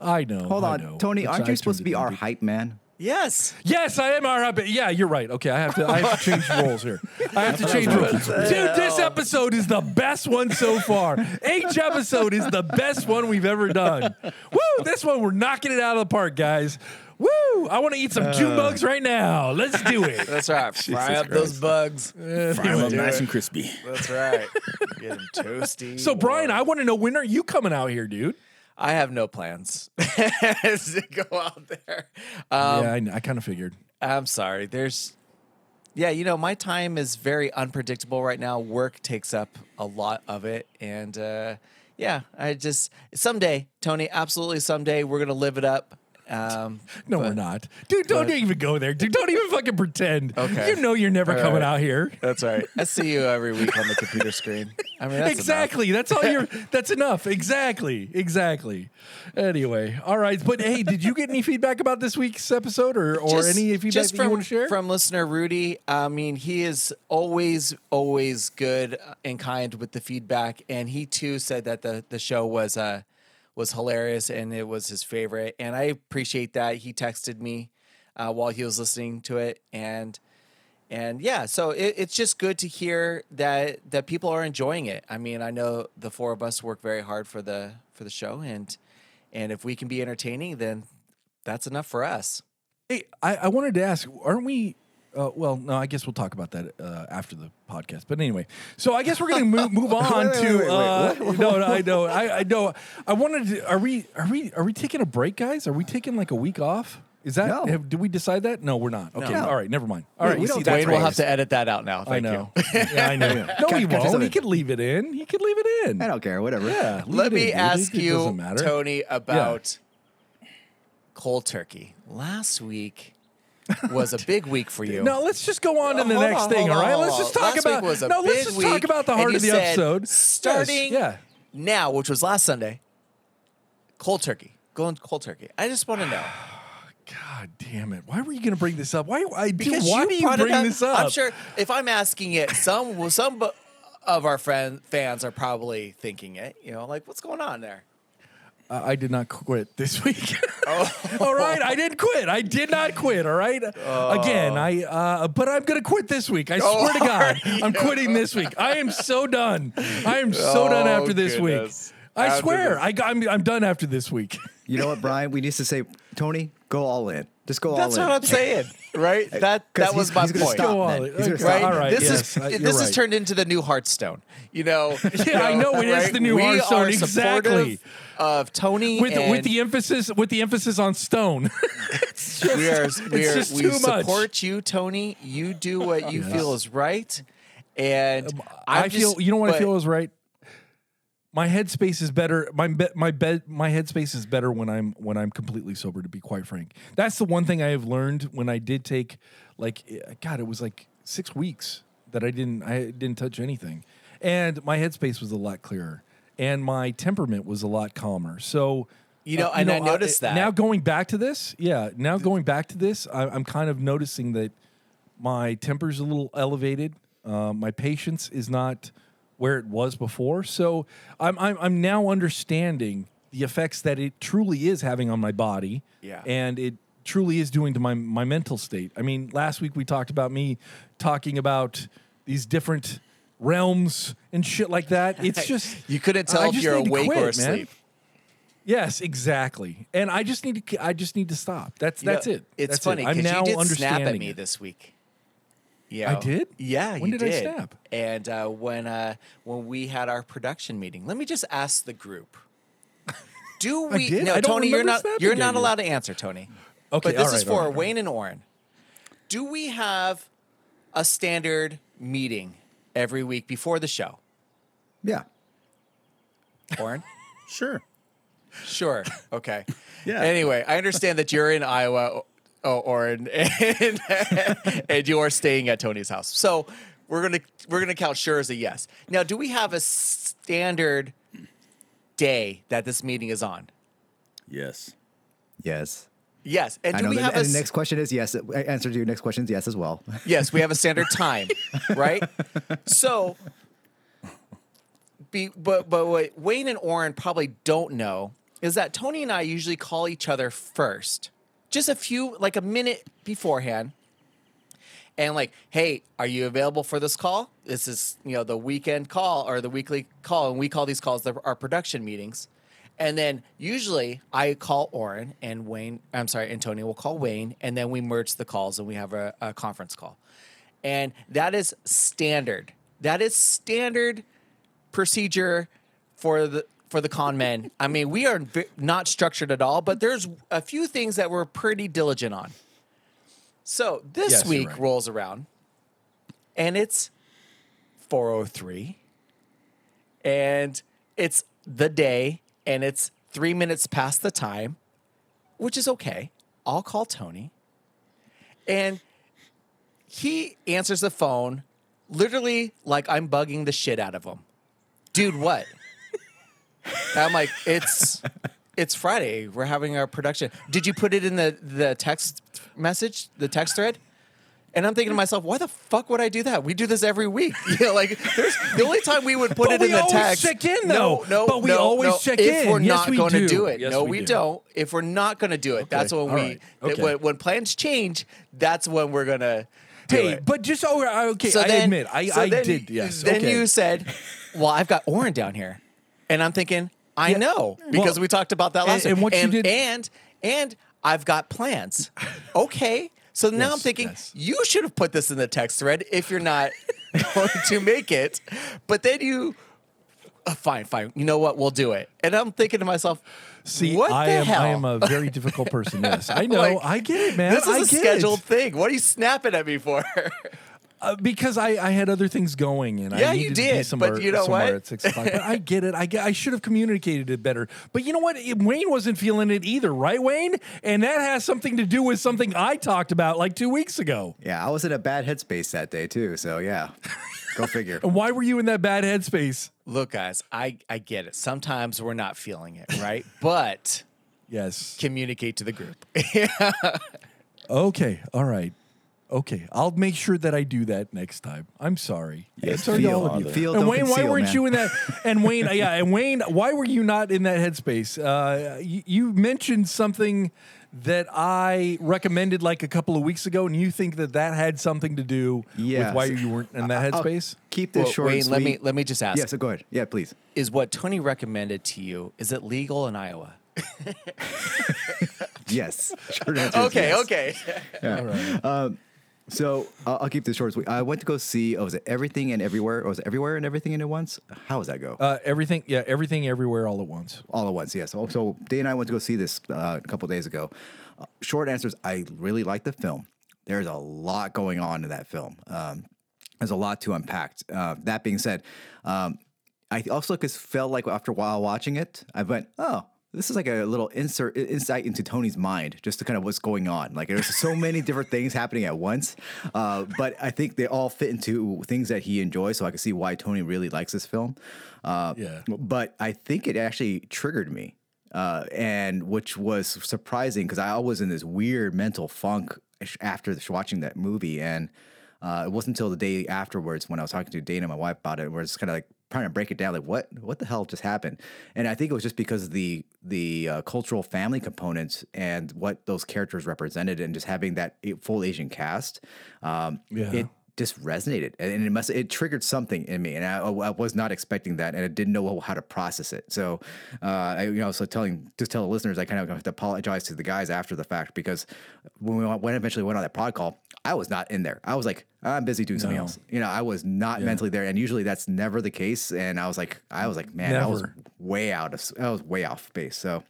Speaker 1: I know.
Speaker 3: Hold
Speaker 1: I
Speaker 3: on,
Speaker 1: know.
Speaker 3: Tony.
Speaker 1: It's-
Speaker 3: Aren't
Speaker 1: I
Speaker 3: you supposed to
Speaker 1: turned
Speaker 3: be
Speaker 1: it
Speaker 3: our
Speaker 1: into-
Speaker 3: hype man?
Speaker 2: Yes.
Speaker 1: Yes, I am our hype. Yeah, you're right. Okay, I have to. I have to change roles here. I have to change roles, dude. This episode is the best one so far. Each episode is the best one we've ever done. Woo! This one we're knocking it out of the park, guys. Woo! I want to eat some
Speaker 3: Uh.
Speaker 1: June bugs right now. Let's do it.
Speaker 2: That's right. Fry up those bugs.
Speaker 5: Fry 'em up nice and crispy.
Speaker 2: That's right. Get them toasty.
Speaker 1: So, Brian, I want to know when are you coming out here, dude?
Speaker 2: I have no plans to go out there. Um,
Speaker 1: yeah, I, kn- I kind of figured.
Speaker 2: I'm sorry. There's, yeah, you know, my time is very unpredictable right now. Work takes up a lot of it. And uh, yeah, I just, someday, Tony, absolutely someday, we're going to live it up. Um,
Speaker 1: No, we're not. Dude, don't even go there. Dude, don't even fucking pretend.
Speaker 2: Okay.
Speaker 1: You know you're never
Speaker 2: All
Speaker 1: coming
Speaker 2: right.
Speaker 1: out here.
Speaker 2: that's all right. I see you every week on the computer screen. I mean, that's enough.
Speaker 1: exactly. That's all you're that's enough. Exactly. Exactly. Anyway. All right. But hey, did you get any feedback about this week's episode or, or
Speaker 2: Just-
Speaker 1: any feedback
Speaker 2: just
Speaker 1: that
Speaker 2: from,
Speaker 1: you want to share?
Speaker 2: from listener Rudy. I mean, he is always, always good and kind with the feedback, and he too said that the the show was uh was hilarious and it was his favorite, and I appreciate that. He texted me uh, while he was listening to it, and and yeah, so it, it's just good to hear that that people are enjoying it. I mean, I know the four of us work very hard for the for the show, and and if we can be entertaining, then That's enough for us.
Speaker 1: Hey, I, I wanted to ask, aren't we? Uh, well, no, I guess we'll talk about that uh, after the podcast. But anyway, so I guess we're gonna move, move on
Speaker 3: wait,
Speaker 1: to.
Speaker 3: wait, wait,
Speaker 1: uh, no, no, I know, I, I know. I wanted to. Are we? Are we? Are we taking a break, guys? Are we taking like a week off? Is that?
Speaker 3: No.
Speaker 1: Have, did we decide that? No, we're not. Okay,
Speaker 3: No.
Speaker 1: all right, never mind. All right,
Speaker 3: we
Speaker 1: you
Speaker 3: don't
Speaker 1: see,
Speaker 3: That's
Speaker 2: Wayne will
Speaker 3: right.
Speaker 2: have to edit that out now. Thank
Speaker 1: I know. yeah, I know. No, he
Speaker 3: Cut- cut this
Speaker 1: won't.
Speaker 3: out.
Speaker 1: He can leave it in. He can leave it in.
Speaker 3: I don't care. Whatever.
Speaker 1: Yeah.
Speaker 2: you.
Speaker 1: leave
Speaker 2: Let
Speaker 1: it in,
Speaker 2: me
Speaker 1: dude.
Speaker 2: ask
Speaker 1: It doesn't
Speaker 2: you,
Speaker 1: matter.
Speaker 2: Tony, about cold turkey. Last week was a big week for you.
Speaker 1: No, let's just go on to the
Speaker 2: Hold
Speaker 1: next
Speaker 2: on,
Speaker 1: thing.
Speaker 2: hold
Speaker 1: All
Speaker 2: on,
Speaker 1: right,
Speaker 2: hold
Speaker 1: let's
Speaker 2: on.
Speaker 1: just talk
Speaker 2: Last
Speaker 1: about
Speaker 2: week was a
Speaker 1: no.
Speaker 2: big
Speaker 1: Let's just
Speaker 2: week,
Speaker 1: talk about the
Speaker 2: and
Speaker 1: heart
Speaker 2: you
Speaker 1: of the
Speaker 2: said,
Speaker 1: episode. Yes,
Speaker 2: starting
Speaker 1: yeah.
Speaker 2: now, which was last Sunday. Cold turkey, going cold turkey. I just want to know
Speaker 1: God damn it! Why were you going to bring this up? Why? I, dude,
Speaker 2: because
Speaker 1: why
Speaker 2: you
Speaker 1: do you
Speaker 2: brought it
Speaker 1: bring
Speaker 2: up.
Speaker 1: this up?
Speaker 2: I'm sure if I'm asking it, some well, some bu- of our friend fans are probably thinking it. You know, like what's going on there?
Speaker 1: I, I did not quit this week.
Speaker 2: Oh.
Speaker 1: all right, I didn't quit. I did not quit. All right.
Speaker 2: Oh.
Speaker 1: Again, I. Uh, but I'm going to quit this week. I swear to God, I'm quitting this week. I am so done. I am so done
Speaker 2: Oh,
Speaker 1: after this
Speaker 2: goodness.
Speaker 1: week. I
Speaker 2: After
Speaker 1: swear,
Speaker 2: this-
Speaker 1: I, got- I'm, I'm done after this week.
Speaker 3: You know what, Brian? We need to say, Tony, go all in. Just go
Speaker 2: That's
Speaker 3: all in.
Speaker 2: what I'm saying, right? That
Speaker 3: 'Cause
Speaker 2: that was
Speaker 3: he's-
Speaker 2: my
Speaker 3: he's gonna
Speaker 2: point.
Speaker 3: stop
Speaker 1: Go
Speaker 3: then.
Speaker 1: all in.
Speaker 3: He's gonna
Speaker 1: Okay.
Speaker 3: stop.
Speaker 2: Right?
Speaker 1: All right,
Speaker 2: this
Speaker 1: yes, uh,
Speaker 2: is
Speaker 1: you're
Speaker 2: this has
Speaker 1: right.
Speaker 2: turned into the new Hearthstone. You know. you
Speaker 1: I know it is the new
Speaker 2: we
Speaker 1: Hearthstone,
Speaker 2: Are
Speaker 1: exactly.
Speaker 2: supportive Of Tony
Speaker 1: with the, with
Speaker 2: and
Speaker 1: the emphasis with the emphasis on stone.
Speaker 2: we are we, are,
Speaker 1: just
Speaker 2: we
Speaker 1: too much.
Speaker 2: support you, Tony. You do what you feel is right, and I'm
Speaker 1: Um, I
Speaker 2: just-
Speaker 1: feel you know what
Speaker 2: but
Speaker 1: I feel is right. My headspace is better. My be, my bed my headspace is better when I'm when I'm completely sober. To be quite frank, that's the one thing I have learned when I did take like eh, God, it was like six weeks that I didn't I didn't touch anything, and my headspace was a lot clearer, and my temperament was a lot calmer. So. uh,
Speaker 2: You know, and I noticed that.
Speaker 1: eh, now going back to this, yeah. Now going back to this, I, I'm kind of noticing that my temper's a little elevated. Uh, my patience is not where it was before. So I'm, I'm, I'm now understanding the effects that it truly is having on my body.
Speaker 2: Yeah.
Speaker 1: And it truly is doing to my, my mental state. I mean, last week we talked about me talking about these different realms and shit like that. It's just.
Speaker 2: you couldn't
Speaker 1: I
Speaker 2: tell if
Speaker 1: just
Speaker 2: you're
Speaker 1: need to
Speaker 2: awake
Speaker 1: quit,
Speaker 2: or
Speaker 1: man.
Speaker 2: asleep.
Speaker 1: Yes, exactly. And I just need to I just need to stop. That's
Speaker 2: You know,
Speaker 1: that's it.
Speaker 2: It's
Speaker 1: That's
Speaker 2: funny
Speaker 1: It. I'm
Speaker 2: because
Speaker 1: now
Speaker 2: you did snap
Speaker 1: understanding
Speaker 2: at me
Speaker 1: it.
Speaker 2: this week. Yeah,
Speaker 1: did?
Speaker 2: Yeah,
Speaker 1: When
Speaker 2: you
Speaker 1: did I snap?
Speaker 2: And uh, when uh, when we had our production meeting, let me just ask the group: Do we?
Speaker 1: did?
Speaker 2: No,
Speaker 1: I don't
Speaker 2: Tony, you're
Speaker 1: remember
Speaker 2: not.
Speaker 1: snapping
Speaker 2: You're
Speaker 1: at
Speaker 2: not
Speaker 1: you.
Speaker 2: allowed to answer, Tony.
Speaker 1: Okay,
Speaker 2: but this
Speaker 1: all
Speaker 2: is
Speaker 1: right, all
Speaker 2: for
Speaker 1: right, all
Speaker 2: Wayne and Oren. Do we have a standard meeting every week before the show?
Speaker 3: Yeah.
Speaker 2: Oren.
Speaker 5: Sure.
Speaker 2: Sure. Okay.
Speaker 5: Yeah.
Speaker 2: Anyway, I understand that you're in Iowa, oh, Oren, and, and you are staying at Tony's house. So we're gonna we're gonna count sure as a yes. Now, do we have a standard day that this meeting is on?
Speaker 5: Yes.
Speaker 3: Yes.
Speaker 2: Yes. And
Speaker 3: I
Speaker 2: do
Speaker 3: know.
Speaker 2: we
Speaker 3: The,
Speaker 2: have a
Speaker 3: and the
Speaker 2: s-
Speaker 3: next question is yes. Uh, Answer to your next question is yes as well.
Speaker 2: Yes, we have a standard time, right? So, be, but but what Wayne and Oren probably don't know is that Tony and I usually call each other first, just a few like a minute beforehand, and like, hey, are you available for this call? This is you know the weekend call or the weekly call, and we call these calls the, our production meetings. And then usually I call Oren and Wayne. I'm sorry, Antonio will call Wayne, and then we merge the calls and we have a, a conference call. And that is standard. That is standard procedure for the for the con men. I mean, we are v- not structured at all, but there's a few things that we're pretty diligent on. So this
Speaker 1: Yes, you're
Speaker 2: week
Speaker 1: right.
Speaker 2: rolls around, and it's 403 and it's the day and it's three minutes past the time, which is okay. I'll call Tony. And he answers the phone literally like I'm bugging the shit out of him. Dude, what? And I'm like, it's it's Friday. We're having our production. Did you put it in the, the text message, the text thread? And I'm thinking to myself, why the fuck would I do that? We do this every week. You know, like there's the only time we would put
Speaker 1: But
Speaker 2: it
Speaker 1: we
Speaker 2: in the
Speaker 1: always
Speaker 2: text.
Speaker 1: check in,
Speaker 2: No,
Speaker 1: though.
Speaker 2: no,
Speaker 1: But we
Speaker 2: no,
Speaker 1: always
Speaker 2: no.
Speaker 1: check
Speaker 2: if
Speaker 1: in.
Speaker 2: We're
Speaker 1: Yes,
Speaker 2: not
Speaker 1: we
Speaker 2: going to
Speaker 1: do.
Speaker 2: do it.
Speaker 1: Yes,
Speaker 2: no,
Speaker 1: we
Speaker 2: we,
Speaker 1: do.
Speaker 2: don't. If we're not going to do it, that's when
Speaker 1: all
Speaker 2: we.
Speaker 1: right, okay.
Speaker 2: when, when plans change, that's when we're gonna. do
Speaker 1: Hey,
Speaker 2: it.
Speaker 1: but just oh, I- okay. I admit, I,
Speaker 2: so
Speaker 1: I
Speaker 2: then-
Speaker 1: did. Yes.
Speaker 2: Then
Speaker 1: okay.
Speaker 2: you said, "Well, I've got Oren down here," and I'm thinking, "I know because
Speaker 1: Well,
Speaker 2: we talked about that last
Speaker 1: and- and
Speaker 2: time."
Speaker 1: what you
Speaker 2: and,
Speaker 1: did-
Speaker 2: and and I've got plans. Okay. So now I'm
Speaker 1: Yes,
Speaker 2: thinking
Speaker 1: yes.
Speaker 2: you should have put this in the text thread if you're not going to make it. But then you, "Oh, fine, fine. You know what? We'll do it. And I'm thinking to myself,
Speaker 1: See,
Speaker 2: what
Speaker 1: I
Speaker 2: the
Speaker 1: am
Speaker 2: hell?
Speaker 1: I am a very difficult person. Yes, I know.
Speaker 2: Like,
Speaker 1: I get it, man.
Speaker 2: this
Speaker 1: I
Speaker 2: is a
Speaker 1: get it.
Speaker 2: scheduled thing. What are you snapping at me for?
Speaker 1: Uh, because I, I had other things going and
Speaker 2: Yeah,
Speaker 1: I
Speaker 2: you
Speaker 1: needed to
Speaker 2: did,
Speaker 1: be
Speaker 2: but
Speaker 1: somewhere,
Speaker 2: you know
Speaker 1: somewhere
Speaker 2: what?
Speaker 1: at six o'clock. But I get it. I, get- I should have communicated it better. But you know what? It- Wayne wasn't feeling it either, right, Wayne? And that has something to do with something I talked about like two weeks ago.
Speaker 3: Yeah, I was in a bad headspace that day too. So yeah, go figure.
Speaker 1: And why were you in that bad headspace?
Speaker 2: Look, guys, I, I get it. Sometimes we're not feeling it, right? but
Speaker 1: Yes.
Speaker 2: communicate to the group.
Speaker 1: Okay. All right. Okay. I'll make sure that I do that next time. I'm sorry. I'm
Speaker 5: Yes,
Speaker 1: sorry to
Speaker 5: feel
Speaker 1: all of you.
Speaker 5: other.
Speaker 3: Feel,
Speaker 1: and
Speaker 3: don't
Speaker 1: Wayne, why
Speaker 3: conceal,
Speaker 1: weren't
Speaker 3: man.
Speaker 1: you in that? And Wayne, yeah, and Wayne, why were you not in that headspace? Uh, you, you mentioned something that I recommended like a couple of weeks ago, and you think that that had something to do
Speaker 3: Yes.
Speaker 1: with why you weren't in that
Speaker 3: I'll
Speaker 1: headspace?
Speaker 3: Keep this
Speaker 2: Well,
Speaker 3: short.
Speaker 2: Wayne,
Speaker 3: and
Speaker 2: let me
Speaker 3: sweet.
Speaker 2: let me just ask:
Speaker 3: Yeah, so go ahead. Yeah, please.
Speaker 2: Is what Tony recommended to you is it legal in Iowa?
Speaker 3: Yes. Short answer is yes.
Speaker 2: okay.
Speaker 3: So I'll, I'll keep this short. and sweet. I went to go see. Oh, was it everything and everywhere? Or was it everywhere and everything and at once? How does that go?
Speaker 1: Uh, everything, yeah, everything, everywhere, all at once.
Speaker 3: all at once. Yes. So, so Dave and I went to go see this uh, a couple days ago. Uh, short answer is I really like the film. There's a lot going on in that film. Um, there's a lot to unpack. Uh, that being said, um, I also just felt like after a while watching it, I went, oh. This is like a little insert insight into Tony's mind, just to kind of what's going on. Like there's so many different things happening at once, uh, but I think they all fit into things that he enjoys. So I can see why Tony really likes this film. Uh,
Speaker 1: Yeah.
Speaker 3: but I think it actually triggered me, uh, and which was surprising because I was in this weird mental funk sh- after sh- watching that movie, and uh, it wasn't until the day afterwards when I was talking to Dana, my wife, about it, where it's kind of like trying to break it down, like what what the hell just happened, and I think it was just because of the the uh, cultural family components and what those characters represented, and just having that a- full Asian cast, um,
Speaker 1: Yeah.
Speaker 3: it just resonated and and it must it triggered something in me and I, I was not expecting that and I didn't know how to process it so uh, I you know so telling just tell the listeners I kind of have to apologize to the guys after the fact because when we went, when eventually went on that pod call I was not in there I was like I'm busy doing something else you know I was not mentally there and usually that's never the case and I was like I was like man I was
Speaker 1: Never.
Speaker 3: way out of s- I was way off base so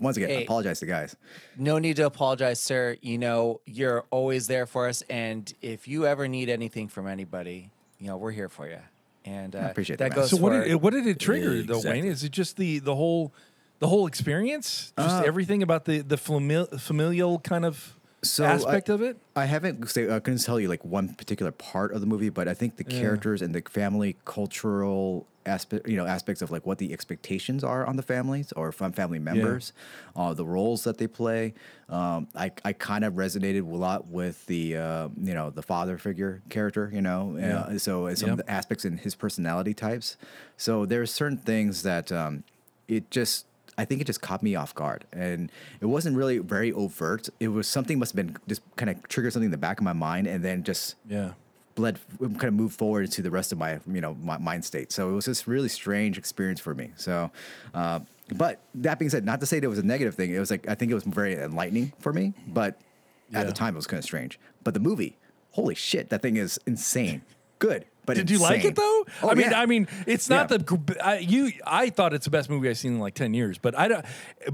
Speaker 3: once again I
Speaker 2: Hey.
Speaker 3: apologize to the guys
Speaker 2: No need to apologize, sir. You know you're always there for us, and if you ever need anything from anybody, you know we're here for you. And uh,
Speaker 3: appreciate
Speaker 2: that
Speaker 3: that, man.
Speaker 2: goes
Speaker 1: So what
Speaker 2: for-
Speaker 1: did, it- what did it trigger though,
Speaker 5: Exactly.
Speaker 1: Wayne? Is it just the the whole the whole experience?
Speaker 3: Uh,
Speaker 1: Just everything about the the fami- familial kind of
Speaker 3: So I-
Speaker 1: aspect of it?
Speaker 3: I haven't. Say, I couldn't tell you like one particular part of the movie, but I think the characters and the family cultural aspect, you know, aspects of like what the expectations are on the families or from family members, uh, the roles that they play. Um, I I kind of resonated a lot with the uh, you know the father figure character, you know, uh, so and some of
Speaker 1: Yep.
Speaker 3: the aspects in his personality types. So there are certain things that um, it just I think it just caught me off guard, and it wasn't really very overt. It was something must have been just kind of triggered something in the back of my mind, and then just
Speaker 1: Yeah.
Speaker 3: bled, kind of moved forward to the rest of my you know my mind state. So it was this really strange experience for me. So, uh, but that being said, not to say that it was a negative thing. It was like I think it was very enlightening for me, but at
Speaker 1: Yeah.
Speaker 3: the time it was kind of strange. But the movie, holy shit, that thing is insane. Good, but
Speaker 1: Did you like
Speaker 3: insane.
Speaker 1: it though?
Speaker 3: Oh,
Speaker 1: I mean,
Speaker 3: yeah.
Speaker 1: I mean, it's not
Speaker 3: Yeah.
Speaker 1: the gr- I, you. I thought it's the best movie I've seen in like ten years. But I don't.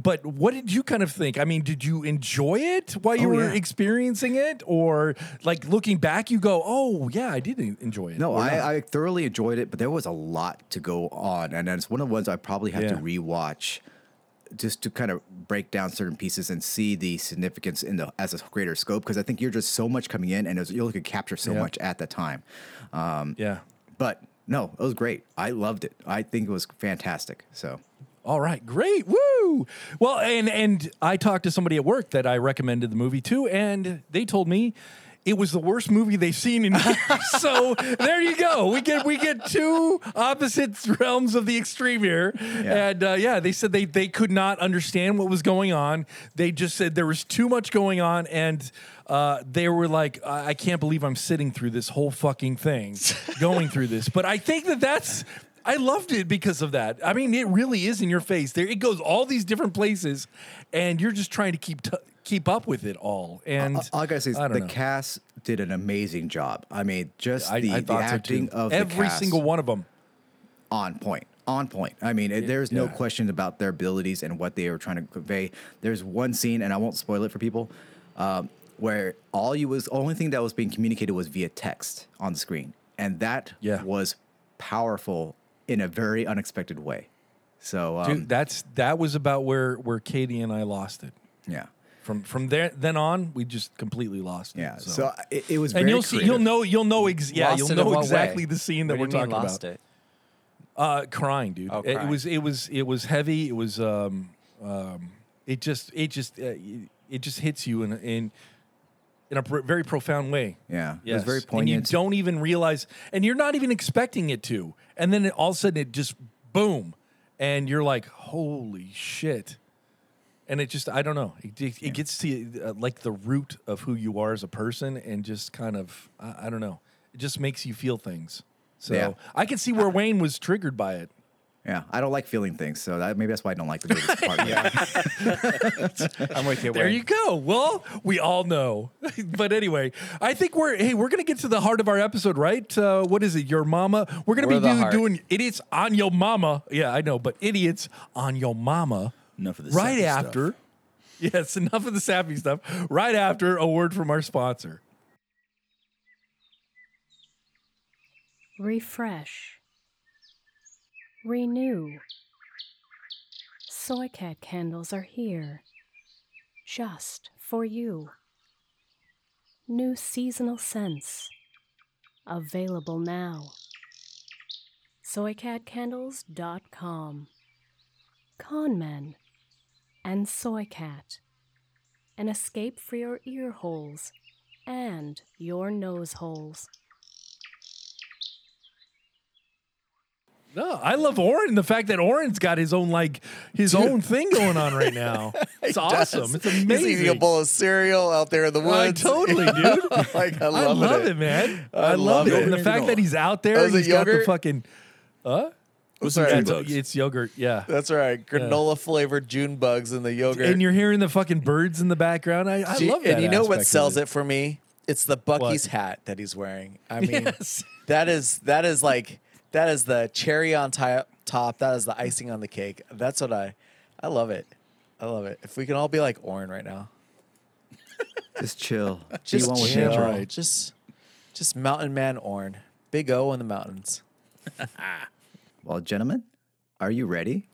Speaker 1: But what did you kind of think? I mean, did you enjoy it while you
Speaker 3: Oh,
Speaker 1: were
Speaker 3: yeah.
Speaker 1: experiencing it, or like looking back, you go, "Oh yeah, I did en- enjoy it."
Speaker 3: No,
Speaker 1: Or not?
Speaker 3: I, I thoroughly enjoyed it, but there was a lot to go on, and it's one of the ones I probably have to
Speaker 1: Yeah.
Speaker 3: rewatch just to kind of break down certain pieces and see the significance in the as a greater scope. Because I think you're just so much coming in, and it was, you could capture so
Speaker 1: Yeah.
Speaker 3: much at that time. Um,
Speaker 1: yeah.
Speaker 3: But no, it was great. I loved it. I think it was fantastic. So
Speaker 1: All right, great, woo! Well, and and I talked to somebody at work that I recommended the movie to, and they told me it was the worst movie they've seen in years. so there you go. We get we get two opposite realms of the extreme here,
Speaker 3: Yeah.
Speaker 1: and uh, yeah, they said they they could not understand what was going on. They just said there was too much going on, and uh, they were like, I-, "I can't believe I'm sitting through this whole fucking thing, going through this." But I think that that's I loved it because of that. I mean, it really is in your face. There, it goes all these different places, and you're just trying to keep t- keep up with it all. And
Speaker 3: All I gotta say is
Speaker 1: I
Speaker 3: the
Speaker 1: don't know.
Speaker 3: cast did an amazing job. I mean, just
Speaker 1: I,
Speaker 3: the,
Speaker 1: I
Speaker 3: the
Speaker 1: thought so
Speaker 3: acting
Speaker 1: too.
Speaker 3: of the
Speaker 1: every
Speaker 3: cast
Speaker 1: single one of them.
Speaker 3: on point. On point. I mean, it, there's no
Speaker 1: yeah.
Speaker 3: question about their abilities and what they were trying to convey. There's one scene, and I won't spoil it for people, um, where all you was only thing that was being communicated was via text on the screen, and that
Speaker 1: Yeah.
Speaker 3: was powerful in a very unexpected way. So um,
Speaker 1: Dude, that's that was about where where Katie and I lost it.
Speaker 3: yeah,
Speaker 1: From from there then on, we just completely lost it.
Speaker 3: yeah. So, uh, it, it was.
Speaker 1: and
Speaker 3: very
Speaker 1: you'll see, you'll
Speaker 3: creative.
Speaker 1: know, you'll know, ex- yeah,
Speaker 2: Lost
Speaker 1: you'll
Speaker 2: it in
Speaker 1: know
Speaker 2: what
Speaker 1: exactly
Speaker 2: way?
Speaker 1: the scene that
Speaker 2: What
Speaker 1: we're
Speaker 2: do you mean
Speaker 1: talking
Speaker 2: lost
Speaker 1: about.
Speaker 2: It?
Speaker 1: Uh, crying, dude.
Speaker 2: Oh,
Speaker 1: It- It
Speaker 2: crying.
Speaker 1: was, it was, it was heavy. It was, um, um, it just, it just, uh, it just hits you in in in a pr- very profound way.
Speaker 3: Yeah, it
Speaker 1: Yes.
Speaker 3: was very
Speaker 1: And
Speaker 3: poignant.
Speaker 1: you don't even realize, and you're not even expecting it to, and then it, all of a sudden it just boom, and you're like, holy shit. And it just, I don't know. It, it, it gets to uh, like the root of who you are as a person and just kind of, I, I don't know. It just makes you feel things. So
Speaker 3: Yeah.
Speaker 1: I can see where Wayne was triggered by it.
Speaker 3: Yeah, I don't like feeling things, so that, maybe that's why I don't like the movie. part. yeah.
Speaker 2: I'm with you.
Speaker 1: There
Speaker 2: Wayne.
Speaker 1: you go. Well, we all know. but anyway, I think we're hey, we're gonna get to the heart of our episode, right? Uh, what is it? Your mama. We're gonna
Speaker 2: We're
Speaker 1: be
Speaker 2: the
Speaker 1: do-
Speaker 2: heart.
Speaker 1: doing idiots on your mama. Yeah, I know, but idiots on your mama.
Speaker 5: Enough of this
Speaker 1: Right
Speaker 5: sappy stuff.
Speaker 1: after. Yes, enough of the sappy stuff. Right after a word from our sponsor.
Speaker 6: refresh, renew. Soy cat candles are here, just for you. New seasonal scents, available now. Soycatcandles.com. Conmen and Soy Cat. An escape for your ear holes and your nose holes.
Speaker 1: No, I love Oren. The fact that Oren's got his own like his own thing going on right now. It's awesome. It's
Speaker 2: He's
Speaker 1: amazing.
Speaker 2: eating a bowl of cereal out there in the
Speaker 1: I
Speaker 2: woods.
Speaker 1: totally, dude.
Speaker 2: like I
Speaker 1: I
Speaker 2: love,
Speaker 1: love it, man. I, love, it. And the
Speaker 5: Yogurt
Speaker 1: fact
Speaker 5: granola.
Speaker 1: that he's out there,
Speaker 2: Oh, is it
Speaker 1: he's got the
Speaker 2: yogurt?
Speaker 1: fucking.
Speaker 5: What's
Speaker 1: Yeah,
Speaker 5: some
Speaker 1: it's,
Speaker 5: bugs?
Speaker 1: it's yogurt, yeah.
Speaker 2: That's right. Granola flavored June bugs in the yogurt.
Speaker 1: And you're hearing the fucking birds in the background. I, I
Speaker 2: Do you-
Speaker 1: love that.
Speaker 2: And you know what
Speaker 1: aspect of
Speaker 2: sells it. for me? It's the Bucky's
Speaker 1: What?
Speaker 2: hat that he's wearing. I mean,
Speaker 1: Yes.
Speaker 2: that is that is like that is the cherry on ti- top. That is the icing on the cake. That's what I, I love it. I love it. If we can all be like Orin right now,
Speaker 3: Just chill. Be
Speaker 2: just
Speaker 3: one with
Speaker 2: chill.
Speaker 3: nature.
Speaker 1: right.
Speaker 2: Just, just mountain man Orin. Big O in the mountains.
Speaker 3: Well, gentlemen, are you ready?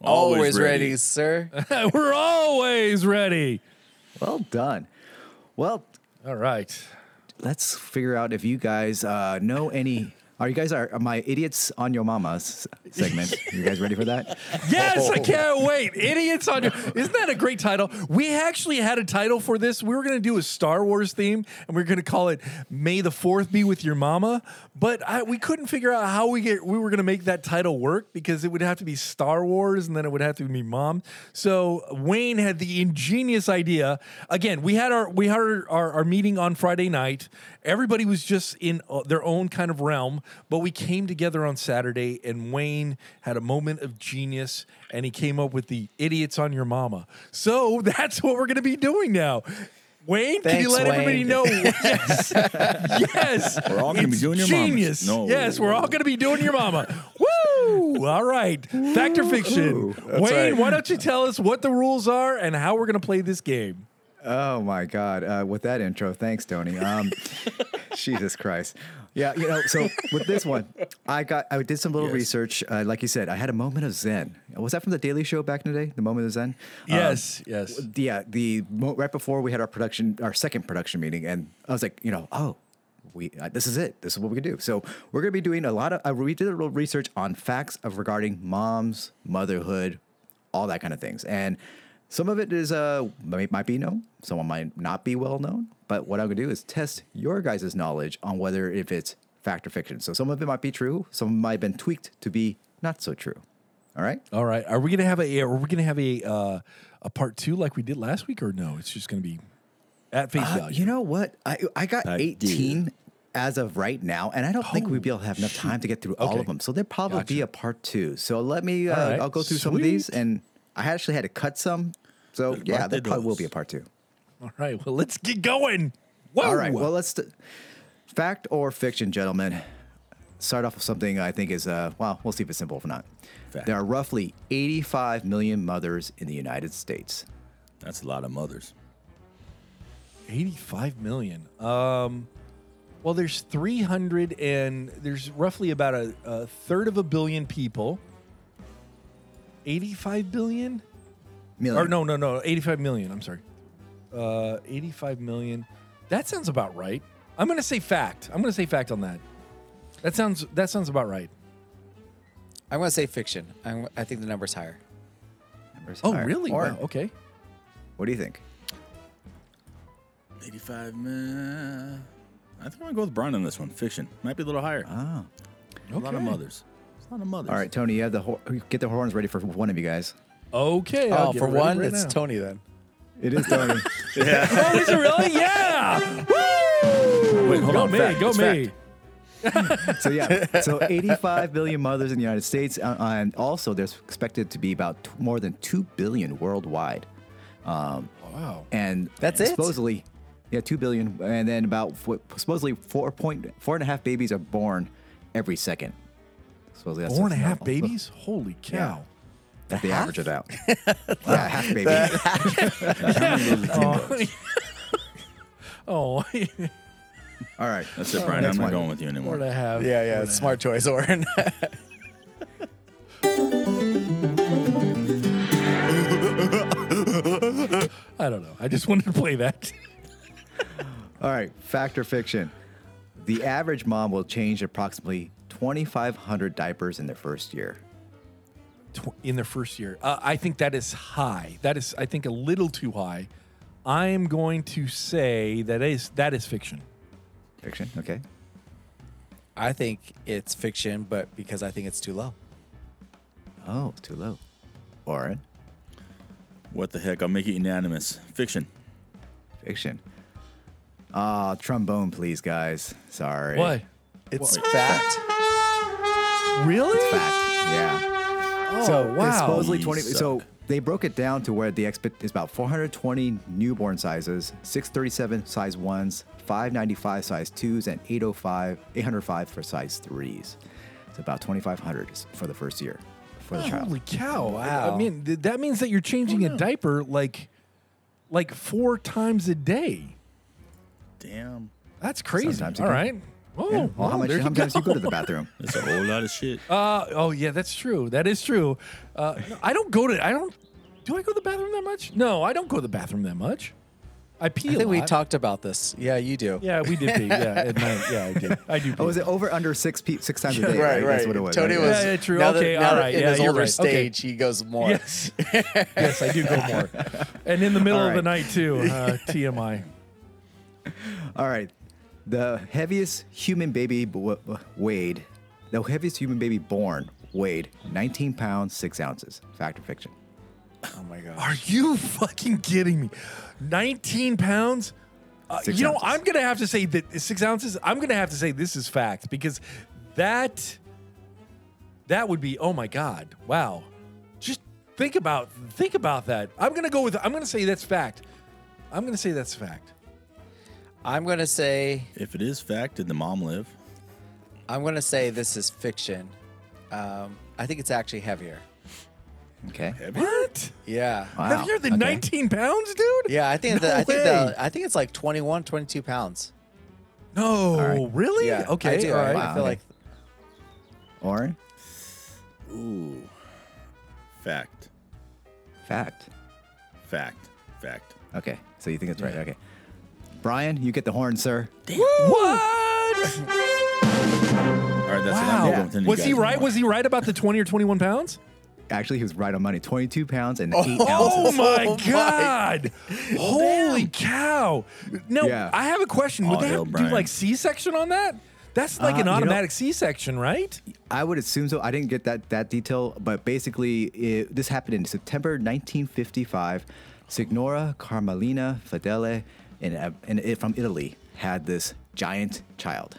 Speaker 2: Always, ready. sir.
Speaker 1: We're always ready.
Speaker 3: Well done. Well,
Speaker 1: All right.
Speaker 3: let's figure out if you guys uh, know any. Are you guys are my idiots on your mamas segment? you guys ready for that?
Speaker 1: Yes, I can't wait. Idiots on your. Isn't that a great title? We actually had a title for this. We were going to do a Star Wars theme and we are going to call it May the 4th be with your mama, but I, we couldn't figure out how we get we were going to make that title work because it would have to be Star Wars and then it would have to be mom. So Wayne had the ingenious idea. Again, we had our we had our, our, our meeting on Friday night. Everybody was just in uh, their own kind of realm, but we came together on Saturday, and Wayne had a moment of genius, and he came up with the idiots on your mama. So that's what we're going to be doing now. Wayne, can you
Speaker 2: Thanks,
Speaker 1: let everybody
Speaker 2: Wayne.
Speaker 1: know? yes, yes,
Speaker 5: We're all gonna be
Speaker 1: It's
Speaker 5: doing your mamas.
Speaker 1: genius.
Speaker 5: No.
Speaker 1: Yes, we're all going to be doing your mama. Woo! All right, fact or fiction, Wayne.
Speaker 2: right.
Speaker 1: Why don't you tell us what the rules are and how we're going to play this game?
Speaker 3: Oh my God! Uh, with that intro, thanks, Tony. Um, Jesus Christ! Yeah, you know. So with this one, I got I did some little research. Uh, like you said, I had a moment of zen. Was that from the Daily Show back in the day? The moment of zen. Um,
Speaker 1: Yes, yes.
Speaker 3: yeah the mo- right before we had our production our second production meeting and i was like you know oh we uh, this is it this is what we can do so we're going to be doing a lot of uh, we did a little research on facts of regarding moms motherhood all that kind of things and some of it is uh might, might be known someone might not be well known but what i'm going to do is test your guys' knowledge on whether if it's fact or fiction so some of it might be true some might have been tweaked to be not so true all right
Speaker 1: All right. Are we gonna have a? Are we gonna have a uh, a part two like we did last week, or no? It's just gonna be at face
Speaker 3: Uh,
Speaker 1: value.
Speaker 3: You know what? I I got
Speaker 5: Idea.
Speaker 3: 18 as of right now, and I don't think we'd be
Speaker 1: Oh,
Speaker 3: able to have enough time to get through all
Speaker 1: Okay.
Speaker 3: of them. So there'll probably be a part two. So let me, uh,
Speaker 1: All right.
Speaker 3: I'll go through some of these,
Speaker 1: Sweet.
Speaker 3: and I actually had to cut some. So yeah, there probably will
Speaker 5: those.
Speaker 3: be a part two.
Speaker 1: All right. Well, let's get going. Whoa.
Speaker 3: All right. Well, let's st- fact or fiction, gentlemen. Start off with something I think is uh, well, we'll see if it's simple or not.
Speaker 5: Fact.
Speaker 3: There are roughly 85 million mothers in the United States.
Speaker 5: That's a lot of mothers.
Speaker 1: 85 million. Um, well, there's 300 and there's roughly about a, a third of a billion people. 85 billion?
Speaker 3: Million.
Speaker 1: Or no, no, no, 85 million. I'm sorry. Uh, 85 million. That sounds about right. I'm going to say fact. I'm going to say fact on that. That sounds that sounds about right.
Speaker 2: I'm going to say fiction. I'm, I think the number's higher.
Speaker 3: Numbers
Speaker 1: Oh,
Speaker 3: higher.
Speaker 1: really?
Speaker 3: Or,
Speaker 1: Wow, okay.
Speaker 3: What do you think?
Speaker 5: 85 man. I think I'm gonna go with Brian on this one. Fiction might be a little higher.
Speaker 3: Oh.
Speaker 5: A lot of
Speaker 1: Ah. Okay.
Speaker 5: mothers. It's A lot of mothers.
Speaker 3: All right, Tony, you have the hor- get the horns ready for one of you guys.
Speaker 1: Okay. I'll
Speaker 2: Oh,
Speaker 1: get
Speaker 2: for
Speaker 1: ready
Speaker 2: one,
Speaker 1: right
Speaker 2: it's
Speaker 1: now.
Speaker 2: Tony then.
Speaker 3: It is Tony.
Speaker 1: Oh, is it really? Yeah. Woo!
Speaker 5: Wait, hold
Speaker 1: go
Speaker 5: on.
Speaker 1: me.
Speaker 5: Fact.
Speaker 1: Go
Speaker 5: It's
Speaker 1: me.
Speaker 5: fact.
Speaker 3: so yeah, so 85 billion mothers in the United States, uh, and also there's expected to be about t- more than two billion worldwide.
Speaker 1: Wow.
Speaker 3: and
Speaker 2: That's it?
Speaker 3: supposedly yeah 2 billion and then about f- supposedly four point four and a half babies are born every second supposedly that's
Speaker 1: Four and
Speaker 3: the
Speaker 1: a half
Speaker 3: normal.
Speaker 1: babies? Holy cow.
Speaker 3: that they average it out yeah half baby
Speaker 1: Oh, yeah.
Speaker 3: all right
Speaker 5: That's it, Brian.
Speaker 3: Next
Speaker 5: I'm
Speaker 3: one.
Speaker 5: not going with you anymore.
Speaker 1: four and a half.
Speaker 2: Yeah, yeah. Smart choice, Oren.
Speaker 1: I don't know. I just wanted to play that.
Speaker 3: all right fact or fiction the average mom will change approximately 2500 diapers in their first year
Speaker 1: Tw- In their first year, uh, I think that is high. That is, I think, a little too high. I am going to say that is that is fiction.
Speaker 3: fiction okay
Speaker 2: I think it's fiction, but because I think it's too low.
Speaker 3: oh too low Warren,
Speaker 5: What the heck? I'll make it unanimous. Fiction.
Speaker 3: fiction ah trombone please guys sorry
Speaker 1: What?
Speaker 2: It's fact.
Speaker 1: Really?
Speaker 3: fact yeah
Speaker 1: so
Speaker 3: It's
Speaker 1: Oh, wow.
Speaker 3: supposedly
Speaker 5: You
Speaker 3: 20.
Speaker 5: suck.
Speaker 3: So they broke it down to where the expect is about 420 newborn sizes, 637 size ones, 595 size twos, and 805, 805 for size threes. It's about 2,500 for the first year for the child.
Speaker 1: Holy cow! I- I
Speaker 2: Wow.
Speaker 1: mean, th- that means that you're
Speaker 3: Oh,
Speaker 1: changing a diaper like, like four times a day.
Speaker 5: Damn.
Speaker 1: That's crazy.
Speaker 3: Sometimes you
Speaker 1: All
Speaker 3: can-
Speaker 1: right. Oh,
Speaker 3: Yeah. Well, how
Speaker 1: well,
Speaker 3: much
Speaker 1: there
Speaker 3: how many
Speaker 1: go.
Speaker 3: times you go to the bathroom?
Speaker 5: That's a whole lot of shit.
Speaker 1: Uh, oh yeah, that's true. That is true. Uh, no, I don't go to. I don't. Do I go to the bathroom that much? No, I don't go to the bathroom that much. I pee.
Speaker 2: I
Speaker 1: a
Speaker 2: think we
Speaker 1: lot.
Speaker 2: talked about this. Yeah, you do.
Speaker 1: Yeah, we did pee. Yeah, at night. Yeah, I did. I do. Pee.
Speaker 3: Oh, was it over under six pe- six times a day?
Speaker 2: Right, right.
Speaker 3: That's what it was.
Speaker 2: Tony
Speaker 3: right?
Speaker 2: was
Speaker 1: Yeah, yeah, true.
Speaker 2: Now
Speaker 1: Okay,
Speaker 2: that, now
Speaker 1: all
Speaker 2: that
Speaker 1: right.
Speaker 2: In
Speaker 1: Yeah,
Speaker 2: his
Speaker 1: you're
Speaker 2: older
Speaker 1: right. Okay.
Speaker 2: stage, he goes more.
Speaker 1: Yes. yes, I do go more, and in the middle of the night too. Uh, TMI.
Speaker 3: All right. The heaviest human baby b- weighed, the heaviest human baby born weighed 19 pounds, 6 ounces. Fact or fiction?
Speaker 2: Oh my god.
Speaker 1: Are you fucking kidding me? 19 pounds? Uh,
Speaker 3: Six
Speaker 1: you know,
Speaker 3: ounces.
Speaker 1: I'm going to have to say that six ounces, I'm going to have to say this is fact because that, that would be, oh my God, wow. Just think about, think about that. I'm going to go with, I'm going to say that's fact. I'm going to say that's fact.
Speaker 2: I'm gonna say
Speaker 5: If it is fact, did the mom live?
Speaker 2: I'm gonna say this is fiction. Um, I think it's actually heavier.
Speaker 3: Okay.
Speaker 1: What?
Speaker 2: Yeah.
Speaker 3: Wow.
Speaker 1: Heavier than
Speaker 3: Okay.
Speaker 1: 19 pounds, dude?
Speaker 2: Yeah, I think
Speaker 1: No
Speaker 2: the, I think
Speaker 1: way.
Speaker 2: the, I think it's like 21, 22 pounds.
Speaker 1: No,
Speaker 3: right.
Speaker 1: really?
Speaker 2: Yeah.
Speaker 1: Okay,
Speaker 2: I do.
Speaker 1: all
Speaker 2: I-
Speaker 1: right.
Speaker 2: I feel
Speaker 3: Wow.
Speaker 2: like
Speaker 3: Oren?
Speaker 5: Ooh. Fact.
Speaker 3: Fact.
Speaker 5: Fact. Fact.
Speaker 3: Okay. So you think it's right. Okay. Brian, you get the horn, sir.
Speaker 1: What?
Speaker 5: All right, that's it.
Speaker 1: Wow.
Speaker 5: I'm not going with any of you
Speaker 1: Was he
Speaker 5: guys
Speaker 1: right?
Speaker 5: anymore.
Speaker 1: Was he right about the 20 or 21 pounds?
Speaker 3: Actually, he was right on money. 22 pounds and 8
Speaker 1: Oh
Speaker 3: ounces.
Speaker 1: my
Speaker 2: Oh my.
Speaker 1: god! Holy cow! Now
Speaker 3: Yeah.
Speaker 1: I have a question. Would
Speaker 5: All
Speaker 1: they
Speaker 5: hail
Speaker 1: have to do
Speaker 5: Brian.
Speaker 1: like C-section on that? That's like
Speaker 3: Uh, you
Speaker 1: an
Speaker 3: know-
Speaker 1: automatic C-section, right?
Speaker 3: I would assume so. I didn't get that that detail, but basically, it, this happened in September 1955. Signora Carmelina Fedele, in, uh, in, from Italy, had this giant child.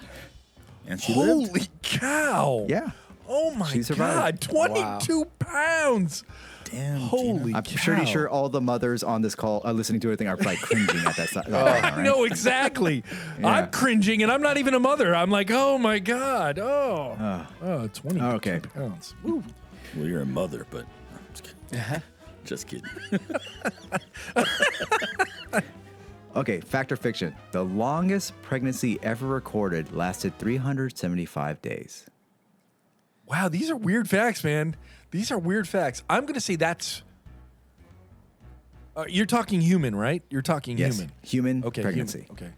Speaker 5: And she
Speaker 1: Holy
Speaker 5: lived.
Speaker 1: cow.
Speaker 3: Yeah.
Speaker 1: Oh my
Speaker 3: She
Speaker 1: God.
Speaker 3: survived.
Speaker 1: 22 pounds.
Speaker 5: Damn.
Speaker 1: Holy
Speaker 3: I'm
Speaker 1: cow.
Speaker 3: pretty sure all the mothers on this call uh, listening to everything are probably cringing at that. si- that right?
Speaker 1: Oh, No, exactly. I'm cringing and I'm not even a mother. I'm like, oh my God. Oh. oh, 20
Speaker 3: Oh, okay.
Speaker 1: pounds.
Speaker 5: Well, you're a mother, but I'm just kidding.
Speaker 1: Uh-huh.
Speaker 5: just kidding.
Speaker 3: Okay, fact or fiction? The longest pregnancy ever recorded lasted 375 days.
Speaker 1: Wow, these are weird facts, man. These are weird facts. I'm going to say that's. Uh, you're talking human, right? You're talking
Speaker 3: Yes,
Speaker 1: human.
Speaker 3: human
Speaker 1: okay,
Speaker 3: pregnancy.
Speaker 1: Human. Okay,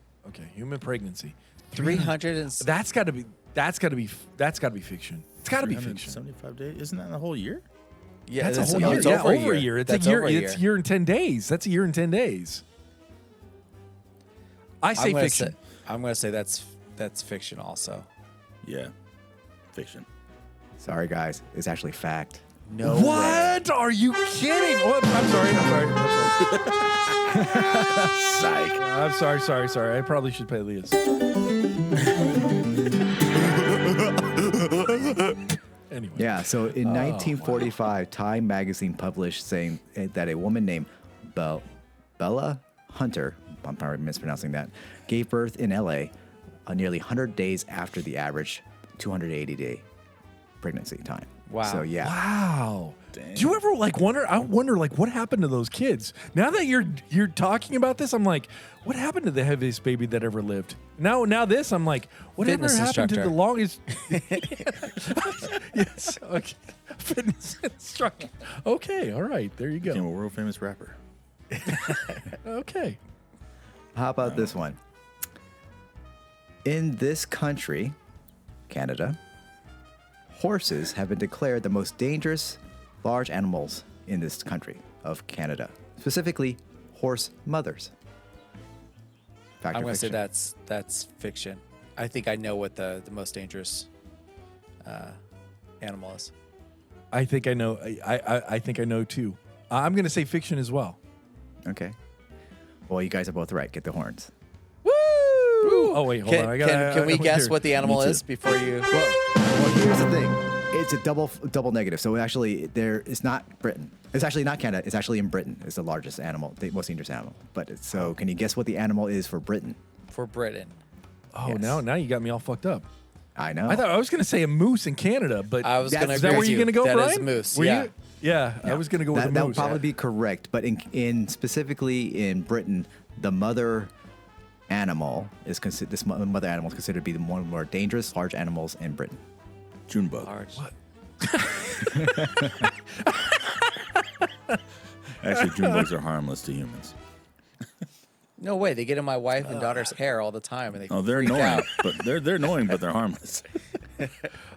Speaker 1: okay, human pregnancy.
Speaker 2: 300 and s-
Speaker 1: That's got to be. That's got to be. f- That's got to be fiction. It's got to be fiction.
Speaker 5: 75 days. Isn't that the whole year?
Speaker 2: yeah,
Speaker 1: that's,
Speaker 2: that's
Speaker 1: a whole year.
Speaker 2: It's
Speaker 1: Yeah,
Speaker 2: over, a year.
Speaker 1: It's
Speaker 2: That's
Speaker 1: a year.
Speaker 2: over
Speaker 1: It's a year and ten days. That's a year and ten days. I say
Speaker 2: I'm gonna
Speaker 1: fiction.
Speaker 2: Say, I'm gonna say that's that's fiction also.
Speaker 5: Yeah. Fiction.
Speaker 3: Sorry, guys. It's actually fact.
Speaker 2: No. way.
Speaker 1: what? Are you kidding? Oh, I'm sorry. I'm sorry. I'm sorry.
Speaker 5: Psych.
Speaker 1: I'm sorry. Sorry. Sorry. I probably should pay Leah's. anyway.
Speaker 3: Yeah, so in 1945, Time magazine published saying eh, that a woman named Bel- Bella Hunter, I'm probably mispronouncing that, gave birth in LA uh, nearly 100 days after the average 280 day pregnancy time.
Speaker 2: Wow.
Speaker 3: So, yeah.
Speaker 1: Wow. Do you ever like wonder? I wonder like what happened to those kids. Now that you're you're talking about this, I'm like, what happened to the heaviest baby that ever lived? Now now this, I'm like, whatever
Speaker 2: Fitness
Speaker 1: happened to
Speaker 2: instructor.
Speaker 1: the longest? yes. Okay. Fitness instructor. Okay. All right. There you
Speaker 5: Became
Speaker 1: go.
Speaker 5: a world famous rapper.
Speaker 1: Okay.
Speaker 3: How about this one? In this country, Canada, horses have been declared the most dangerous large animals in this country of Canada, specifically horse mothers. Fact or
Speaker 2: I'm gonna say
Speaker 3: fiction?
Speaker 2: that's that's fiction. I think I know what the the most dangerous uh, animal is.
Speaker 1: I think I know. I I, I think I know too. I'm gonna say fiction as well.
Speaker 3: Okay. Well, you guys are both right. Get the horns.
Speaker 1: Woo! Oh wait, hold
Speaker 2: Can,
Speaker 1: on. I gotta,
Speaker 2: can,
Speaker 1: I-
Speaker 2: can
Speaker 1: I-
Speaker 2: we
Speaker 1: I'm
Speaker 2: guess
Speaker 1: here.
Speaker 2: what the animal
Speaker 5: too.
Speaker 2: is before you?
Speaker 3: Well, here's the thing. It's a double double negative. So actually, there it's not Britain. It's actually not Canada. It's actually in Britain. It's the largest animal, the most dangerous animal. But it's, so, can you guess what the animal is for Britain?
Speaker 2: for Britain,
Speaker 1: Oh,
Speaker 3: Yes.
Speaker 1: now now you got me all fucked up.
Speaker 3: I know.
Speaker 1: I thought I was going to say a moose in Canada, but
Speaker 2: I was
Speaker 3: That's-
Speaker 2: gonna.
Speaker 1: is that
Speaker 2: agree
Speaker 1: where
Speaker 2: with
Speaker 1: you're going to go,
Speaker 2: That is
Speaker 1: Brian?
Speaker 2: a moose.
Speaker 1: Were you-
Speaker 2: yeah.
Speaker 1: yeah, I was going to go
Speaker 3: that,
Speaker 1: with a
Speaker 3: that
Speaker 1: moose.
Speaker 3: would probably be correct, but in in specifically in Britain, the mother animal is considered this mo- mother animal is considered to be the one of the more dangerous large animals in Britain.
Speaker 5: June bug.
Speaker 2: Large.
Speaker 5: Actually, June bugs are harmless to humans.
Speaker 2: No way. They get in my wife
Speaker 1: Uh,
Speaker 2: and daughter's hair all the time, and they.
Speaker 5: Oh, they're
Speaker 2: freak
Speaker 5: annoying,
Speaker 2: out.
Speaker 5: but they're they're annoying, but they're harmless.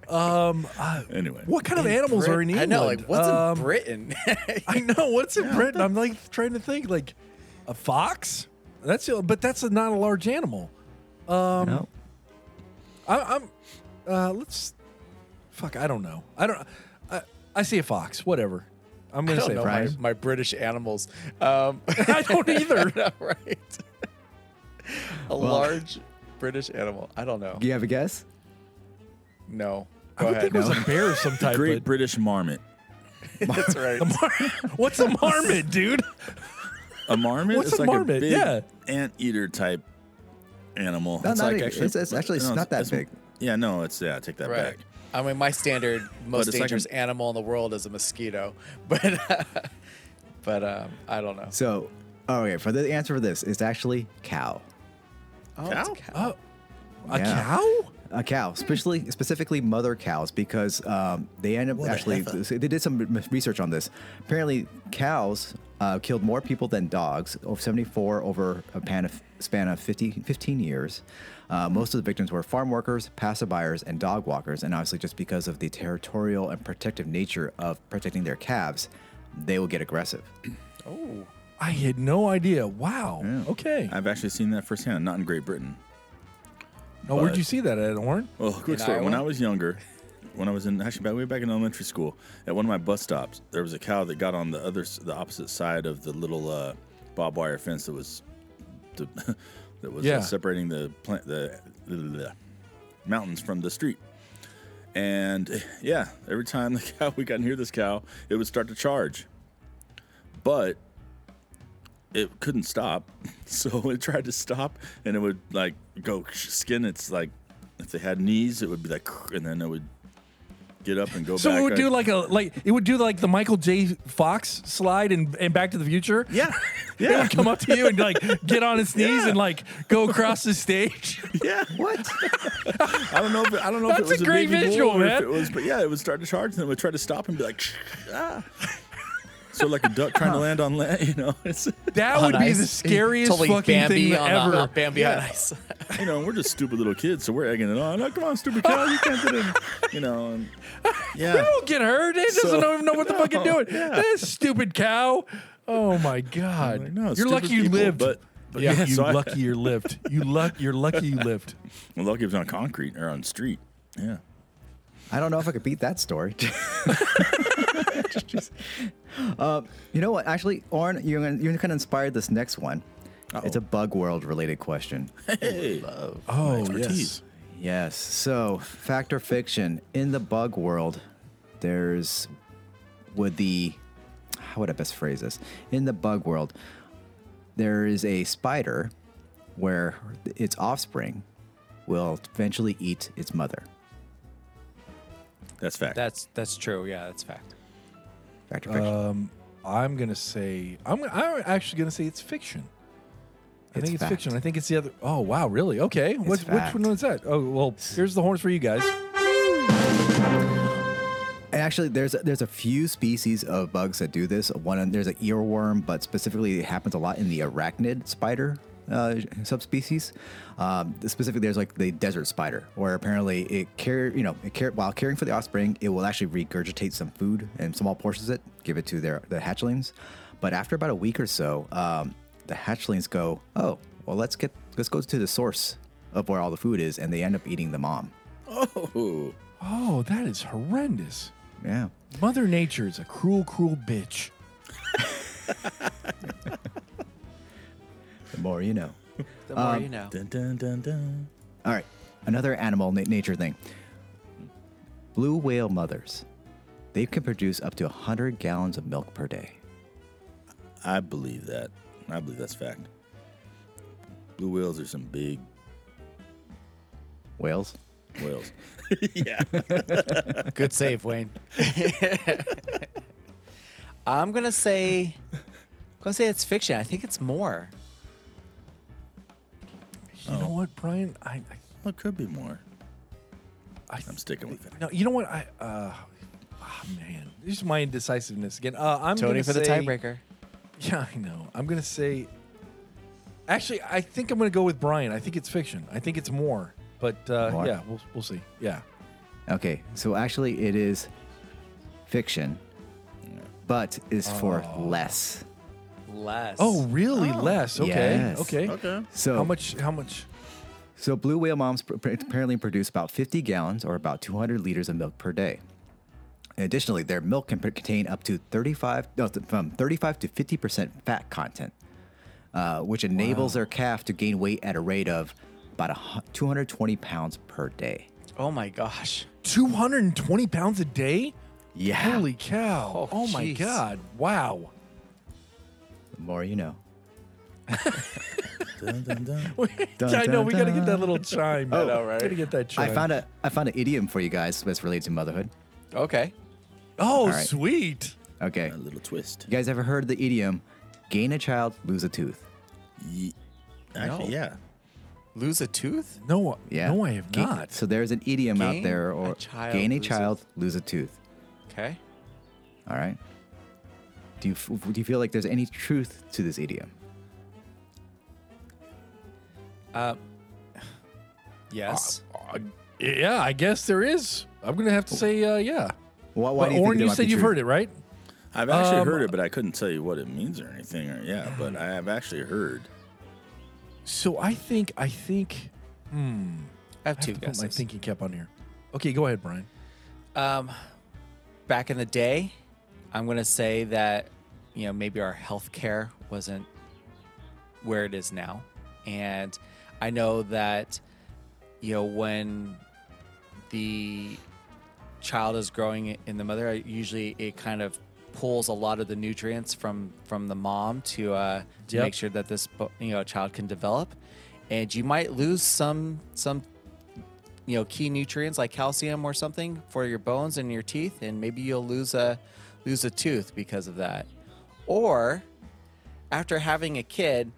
Speaker 5: um. anyway,
Speaker 1: uh, What kind of animals are in
Speaker 2: I
Speaker 1: England?
Speaker 2: know. Like, what's
Speaker 1: Um,
Speaker 2: in Britain?
Speaker 1: I know what's in Britain. I'm like trying to think, like a fox. That's the- but that's not a large animal.
Speaker 3: no.
Speaker 1: I, I'm. Uh, let's. Fuck. I don't know. I don't. I, I say a fox. Whatever. I'm going
Speaker 2: I
Speaker 1: to
Speaker 2: don't
Speaker 1: say
Speaker 2: know
Speaker 1: a
Speaker 2: my,
Speaker 1: fox.
Speaker 2: my British animals. Um,
Speaker 1: I don't either.
Speaker 2: right. A large British animal. I don't know.
Speaker 3: Do you have a guess?
Speaker 2: No.
Speaker 1: I
Speaker 2: Go
Speaker 1: would
Speaker 2: ahead.
Speaker 1: think it was a bear of some type.
Speaker 5: Great
Speaker 1: but-
Speaker 5: British marmot.
Speaker 2: That's right.
Speaker 1: What's a marmot, dude?
Speaker 5: A marmot?
Speaker 1: What's
Speaker 5: it's
Speaker 1: a
Speaker 5: like
Speaker 1: marmot?
Speaker 5: a big
Speaker 1: Yeah.
Speaker 5: anteater type animal.
Speaker 3: No,
Speaker 5: it's
Speaker 3: not
Speaker 5: like
Speaker 3: even- it's- it's actually
Speaker 5: no,
Speaker 3: not that big.
Speaker 5: Yeah, no, it's yeah, I take that
Speaker 2: Right.
Speaker 5: back.
Speaker 2: I mean, my standard most
Speaker 5: it's like
Speaker 2: dangerous
Speaker 5: an-
Speaker 2: animal in the world is a mosquito, but uh, but um, I don't know.
Speaker 3: So, oh, okay, for the answer for this, it's actually cow.
Speaker 2: Oh, it's a cow.
Speaker 1: Oh, a
Speaker 3: Yeah.
Speaker 1: cow?
Speaker 3: A cow, especially specifically mother cows, because um, they end up actually they did some m- research on this. Apparently, cows uh, killed more people than dogs, over 74 over a pan of, span of 50, 15 years. Uh, most of the victims were farm workers, passerbyers, and dog walkers, and obviously, just because of the territorial and protective nature of protecting their calves, they will get aggressive.
Speaker 1: I had no idea. Wow. Okay.
Speaker 5: I've actually seen that firsthand, not in Great Britain.
Speaker 1: Oh, where'd
Speaker 5: but-
Speaker 1: you see that at Horn?
Speaker 5: Well, quick
Speaker 2: In
Speaker 5: Oh, story. When
Speaker 2: Iowa?
Speaker 5: I was younger, when I was in actually back way back in elementary school, at one of my bus stops, there was a cow that got on the other s- the opposite side of the little uh, barbed wire fence that was the, that was uh,
Speaker 1: Yeah.
Speaker 5: separating the plant the bleh, mountains from the street. And yeah, every time the cow we got near this cow, it would start to charge. But it couldn't stop. So it tried to stop and it would like go skin its like if they had knees, it would be like and then it would get up and go
Speaker 1: So
Speaker 5: back.
Speaker 1: it would do like a like it would do like the Michael J. Fox slide and, and Back to the Future.
Speaker 5: Yeah.
Speaker 1: It
Speaker 5: Yeah.
Speaker 1: would come up to you and like get on its knees and like go across the stage.
Speaker 5: Yeah. What? I don't know. If it, I don't know. if it
Speaker 1: That's a
Speaker 5: was
Speaker 1: great
Speaker 5: baby bull
Speaker 1: visual,
Speaker 5: or if
Speaker 1: man.
Speaker 5: It was, but yeah, it would start to charge, and then it would try to stop and be like, ah. So like a duck trying to land on land, you know. It's
Speaker 1: That would be the scariest
Speaker 2: totally
Speaker 1: fucking
Speaker 2: Bambi
Speaker 1: thing
Speaker 2: on,
Speaker 1: ever.
Speaker 2: Uh, Bambi on
Speaker 5: Yeah.
Speaker 2: ice.
Speaker 5: you know, we're just stupid little kids, so we're egging it on. Oh, come on, stupid cow, you can't get in, you know. And,
Speaker 1: They
Speaker 5: yeah.
Speaker 1: don't get hurt. It doesn't
Speaker 5: So-
Speaker 1: even know what the fuck it's
Speaker 5: No,
Speaker 1: doing. This stupid cow. Oh my god.
Speaker 5: Like, no,
Speaker 1: you're
Speaker 5: stupid
Speaker 1: lucky you
Speaker 5: people,
Speaker 1: lived.
Speaker 5: But, but
Speaker 1: yeah, you
Speaker 5: so I-
Speaker 1: lucky you lived. You luck. You're lucky you lived.
Speaker 5: Well, lucky it was on concrete or on street. Yeah.
Speaker 3: I don't know if I could beat that story. Just- uh, you know what? Actually, Orn, you're gonna, you're kind of inspired this next one. It's a bug world related question.
Speaker 5: Hey.
Speaker 1: Oh
Speaker 5: Expertise.
Speaker 3: Yes. So, fact or fiction? In the bug world, there's would the how would I best phrase this? In the bug world, there is a spider where its offspring will eventually eat its mother.
Speaker 5: That's fact.
Speaker 2: That's that's true. Yeah, that's fact.
Speaker 3: Fact or fiction?
Speaker 1: I'm gonna say. I'm. I'm actually gonna say it's fiction. I
Speaker 3: It's
Speaker 1: think it's
Speaker 3: fact.
Speaker 1: fiction. I think it's the other. Oh wow, really? Okay. What, which
Speaker 3: fact.
Speaker 1: one was that? Oh well, here's the horns for you guys.
Speaker 3: And actually, there's there's a few species of bugs that do this. One uh, there's an earworm, but specifically it happens a lot in the arachnid spider uh, subspecies. Um, specifically, there's like the desert spider, where apparently it care you know it care while caring for the offspring, it will actually regurgitate some food and small portions of it, give it to their the hatchlings. But after about a week or so, um, the hatchlings go, oh well, let's get let's go to the source of where all the food is, and they end up eating the mom.
Speaker 5: oh.
Speaker 1: Oh, that is horrendous.
Speaker 3: Yeah.
Speaker 1: Mother Nature is a cruel, cruel bitch.
Speaker 3: The more you know.
Speaker 2: The more you know.
Speaker 5: Dun, dun, dun, dun.
Speaker 3: All right, another animal na- nature thing. Blue whale mothers, they can produce up to 100 gallons of milk per day.
Speaker 5: I believe that. I believe that's fact. Blue whales are some big
Speaker 3: Whales?
Speaker 5: whales.
Speaker 2: Good save, Wayne. I'm gonna say, I'm gonna say it's fiction. I think it's more.
Speaker 1: You know what, Brian? I, I,
Speaker 5: Well, it could be more.
Speaker 1: I
Speaker 5: I'm sticking with it.
Speaker 1: No, you know what? I uh, oh, man, this is my indecisiveness again. Uh, I'm
Speaker 2: Tony
Speaker 1: gonna
Speaker 2: for the
Speaker 1: say-
Speaker 2: tiebreaker.
Speaker 1: Yeah, I know. I'm gonna say. Actually, I think I'm gonna go with Brian. I think it's fiction. I think it's more, but uh,
Speaker 3: More?
Speaker 1: yeah, we'll we'll see. Yeah,
Speaker 3: Okay, so actually it is fiction, but is for less.
Speaker 2: Less.
Speaker 1: Oh, really? Less? Okay.
Speaker 3: Yes.
Speaker 1: Okay.
Speaker 5: Okay.
Speaker 3: So
Speaker 1: how much? How much?
Speaker 3: So blue whale moms pr- pr- apparently produce about 50 gallons or about 200 liters of milk per day. Additionally, their milk can p- contain up to 35 no, th- from 35 to 50 percent fat content, uh, which enables their calf to gain weight at a rate of about a, hu- 220 pounds per day.
Speaker 2: Oh my gosh.
Speaker 1: 220 pounds a day?
Speaker 3: Yeah,
Speaker 1: Holy cow! Oh,
Speaker 2: Oh,
Speaker 1: my
Speaker 2: jeez.
Speaker 1: god! Wow.
Speaker 3: the more you know.
Speaker 5: Dun, dun, dun.
Speaker 3: Dun,
Speaker 1: I know
Speaker 3: dun,
Speaker 1: we gotta get that
Speaker 3: dun.
Speaker 1: little chime.
Speaker 3: Oh.
Speaker 1: I know, right? Gotta get that chime.
Speaker 3: I found a I found an idiom for you guys that's related to motherhood.
Speaker 2: Okay.
Speaker 1: Oh,
Speaker 3: right.
Speaker 1: sweet.
Speaker 3: Okay,
Speaker 5: A
Speaker 3: you
Speaker 5: little twist.
Speaker 3: guys ever heard the idiom, "Gain a child, lose a tooth"?
Speaker 5: Ye- Actually,
Speaker 2: No.
Speaker 5: yeah.
Speaker 2: Lose a tooth?
Speaker 1: No,
Speaker 3: Yeah.
Speaker 1: no, I have
Speaker 3: Gain-
Speaker 1: not.
Speaker 3: So there's an idiom out
Speaker 2: Gain
Speaker 3: there,
Speaker 2: a
Speaker 3: or
Speaker 2: child,
Speaker 3: gain a
Speaker 2: lose a-
Speaker 3: child, lose a tooth.
Speaker 2: Okay.
Speaker 3: All right. Do you f- do you feel like there's any truth to this idiom?
Speaker 2: Uh, yes.
Speaker 1: Uh, yeah, I guess there is. I'm gonna have to say, uh, yeah.
Speaker 3: Why, why
Speaker 1: but
Speaker 3: do you
Speaker 1: Orrin,
Speaker 3: think there
Speaker 1: you
Speaker 3: might be
Speaker 1: said you've
Speaker 3: truth?
Speaker 1: heard it, right?
Speaker 5: I've actually
Speaker 1: Um,
Speaker 5: heard it, but I couldn't tell you what it means or anything. Or, yeah, but I have actually heard.
Speaker 1: So I think, I think. Hmm.
Speaker 2: I have
Speaker 1: I
Speaker 2: two
Speaker 1: have to put my
Speaker 2: guesses.
Speaker 1: thinking cap on here. Okay, go ahead, Brian.
Speaker 2: Um, back in the day, I'm gonna say that you know maybe our healthcare wasn't where it is now, and I know that you know, when the child is growing in the mother, I- usually it kind of pulls a lot of the nutrients from from the mom to uh, to
Speaker 1: Yep.
Speaker 2: make sure that this bo- you know child can develop, and you might lose some some you know key nutrients like calcium or something for your bones and your teeth, and maybe you'll lose a lose a tooth because of that, or after having a kid,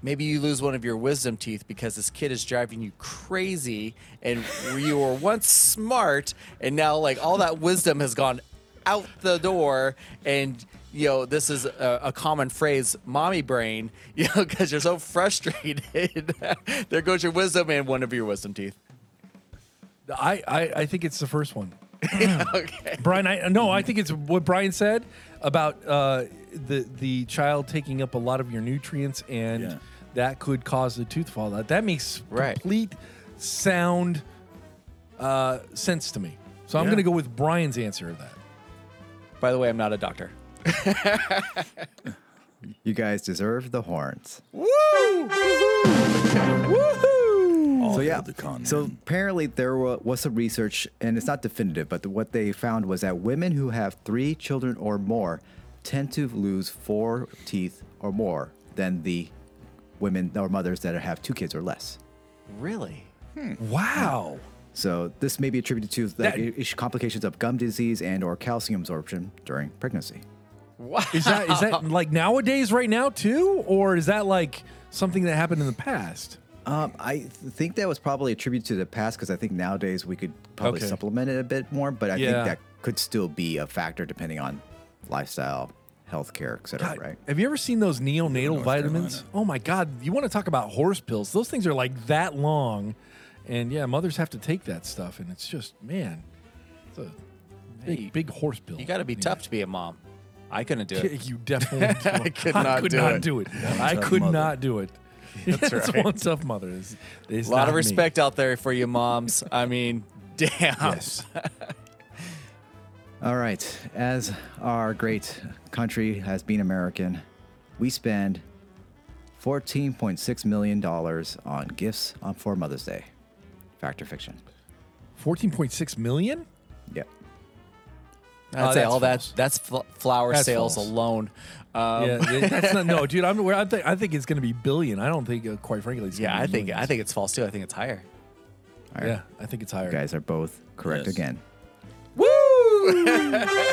Speaker 2: maybe you lose one of your wisdom teeth because this kid is driving you crazy and you were once smart and now like all that wisdom has gone out the door and you know this is a, a common phrase mommy brain you know because you're so frustrated there goes your wisdom and one of your wisdom teeth
Speaker 1: I, I, I think it's the first one.
Speaker 2: okay
Speaker 1: Brian, I no, I think it's what Brian said about uh, the the child taking up a lot of your nutrients, and
Speaker 5: Yeah.
Speaker 1: that could cause the tooth fallout. That makes
Speaker 2: Right.
Speaker 1: complete sound uh, sense to me. So I'm
Speaker 5: Yeah.
Speaker 1: going to go with Brian's answer of that.
Speaker 2: by the way i'm not a doctor
Speaker 3: You guys deserve the horns.
Speaker 5: All
Speaker 3: Hmm. so
Speaker 5: hail
Speaker 3: yeah.
Speaker 5: the con
Speaker 3: so
Speaker 5: man.
Speaker 3: apparently there wa- was some research, and it's not definitive, but what they found was that women who have three children or more tend to lose four teeth or more than the women or mothers that have two kids or less.
Speaker 2: really
Speaker 1: Wow.
Speaker 3: So this may be attributed to like,
Speaker 1: That-
Speaker 3: i- ish- complications of gum disease and or calcium absorption during pregnancy.
Speaker 1: Is that is that like nowadays right now too, or is that like something that happened in the past?
Speaker 3: Um, I th- think that was probably attributed to the past because I think nowadays we could probably
Speaker 1: Okay.
Speaker 3: supplement it a bit more, but I
Speaker 1: Yeah.
Speaker 3: think that could still be a factor depending on lifestyle, healthcare, et cetera,
Speaker 1: God,
Speaker 3: right?
Speaker 1: Have you ever seen those neonatal
Speaker 5: North
Speaker 1: vitamins?
Speaker 5: Carolina.
Speaker 1: Oh my God! You want to talk about horse pills? Those things are like that long, and yeah, mothers have to take that stuff, and it's just man, it's a big
Speaker 2: Hey,
Speaker 1: big horse pill.
Speaker 2: you got to be
Speaker 1: Anyway.
Speaker 2: tough to be a mom i couldn't do
Speaker 1: Yeah,
Speaker 2: it
Speaker 1: You definitely. don't. I could
Speaker 2: not do it.
Speaker 1: I
Speaker 5: tough
Speaker 1: could
Speaker 5: mother.
Speaker 1: not do it. That's
Speaker 2: right.
Speaker 1: one tough mother. It's, it's
Speaker 2: a lot
Speaker 1: not
Speaker 2: of
Speaker 1: me.
Speaker 2: respect out there for you moms i mean damn
Speaker 1: Yes.
Speaker 3: All right. As our great country has been American, we spend $14.6 million on gifts on for Mother's Day. Fact or fiction?
Speaker 1: Fourteen point six million.
Speaker 3: Yep.
Speaker 2: I'd
Speaker 1: Uh,
Speaker 2: say
Speaker 1: that's
Speaker 2: all that
Speaker 1: false.
Speaker 2: Oh, that's fl- flower
Speaker 1: That's
Speaker 2: sales
Speaker 1: false.
Speaker 2: alone. Um, yeah,
Speaker 1: yeah, yeah, that's not no, dude. I'm. I think I think it's going to be billion. I don't think, uh, quite frankly. It's gonna
Speaker 2: I
Speaker 1: be
Speaker 2: think I
Speaker 1: millions.
Speaker 2: think it's false too. I think it's higher.
Speaker 1: Yeah, I think it's higher.
Speaker 3: You guys are both correct
Speaker 5: Yes.
Speaker 3: again.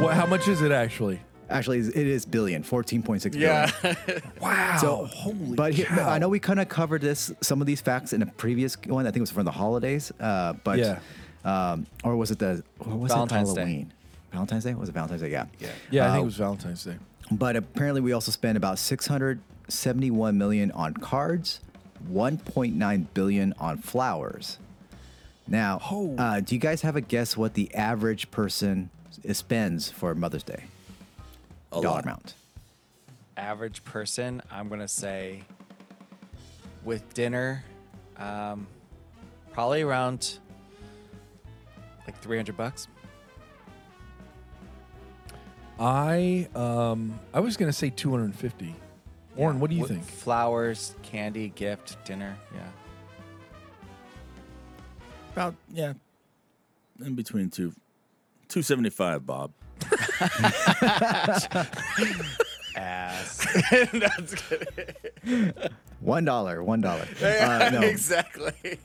Speaker 1: Wha- how much is it actually?
Speaker 3: Actually, it is billion, 14.6 billion.
Speaker 1: Wow.
Speaker 3: So,
Speaker 1: holy
Speaker 3: but here-
Speaker 1: cow.
Speaker 3: I know we kind of covered this, some of these facts in a previous one. I think it was from the holidays. Uh, but,
Speaker 1: Yeah.
Speaker 3: um, or was it the, or was
Speaker 2: Valentine's
Speaker 3: it
Speaker 2: Day.
Speaker 3: Halloween? Valentine's Day? Was it Valentine's Day? Yeah. Uh, Yeah.
Speaker 1: Yeah, I think it was Valentine's Day.
Speaker 3: But apparently, we also spend about 671 million on cards, 1.9 billion on flowers. Now,
Speaker 1: Oh.
Speaker 3: uh, do you guys have a guess what the average person s- spends for Mother's Day?
Speaker 5: A
Speaker 3: Dollar
Speaker 5: lot.
Speaker 3: amount.
Speaker 2: Average person, I'm gonna say, with dinner, um, probably around like 300 bucks.
Speaker 1: I um I was gonna say 250. Warren, what do you
Speaker 2: With
Speaker 1: think?
Speaker 2: Flowers, candy, gift, dinner. Yeah.
Speaker 5: About yeah, in between two, two seventy five. Bob.
Speaker 2: Ass.
Speaker 3: One dollar, one dollar. Uh, no,
Speaker 2: exactly.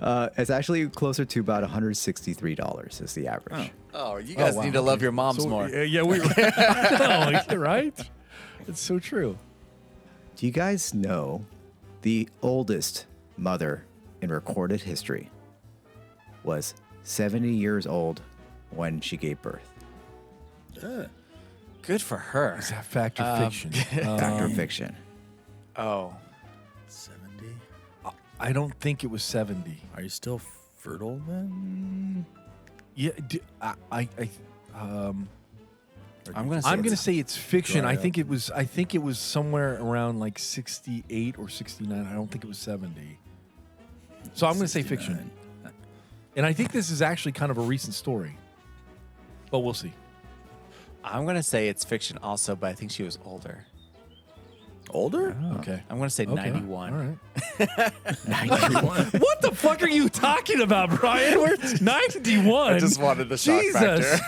Speaker 3: uh, it's actually closer to about 163 dollars is the average.
Speaker 2: Oh, you guys need to love your moms more.
Speaker 1: Yeah, yeah, we. no, you're right. It's so true.
Speaker 3: Do you guys know the oldest mother in recorded history was 70 years old when she gave birth?
Speaker 5: Yeah.
Speaker 2: Good for her.
Speaker 1: Is that fact or fiction? Uh,
Speaker 3: Fact or fiction?
Speaker 2: Oh,
Speaker 5: Seventy.
Speaker 1: I don't think it was 70.
Speaker 5: Are you still fertile then?
Speaker 1: Yeah, d- I, I, I um,
Speaker 2: I'm gonna. Say
Speaker 1: I'm
Speaker 2: it's
Speaker 1: gonna say it's fiction.
Speaker 5: dry
Speaker 1: I
Speaker 5: up.
Speaker 1: think it was. I think it was somewhere around like 68 or 69. I don't think it was 70. So I'm gonna say fiction.
Speaker 5: 69.
Speaker 1: And I think this is actually kind of a recent story. But we'll see.
Speaker 2: I'm gonna say it's fiction also, but I think she was older.
Speaker 5: Older?
Speaker 1: Okay.
Speaker 2: I'm going to say
Speaker 1: Okay.
Speaker 2: 91.
Speaker 1: All right. What the fuck are you talking about, Brian? We're 91.
Speaker 2: I just wanted the shock
Speaker 1: Jesus.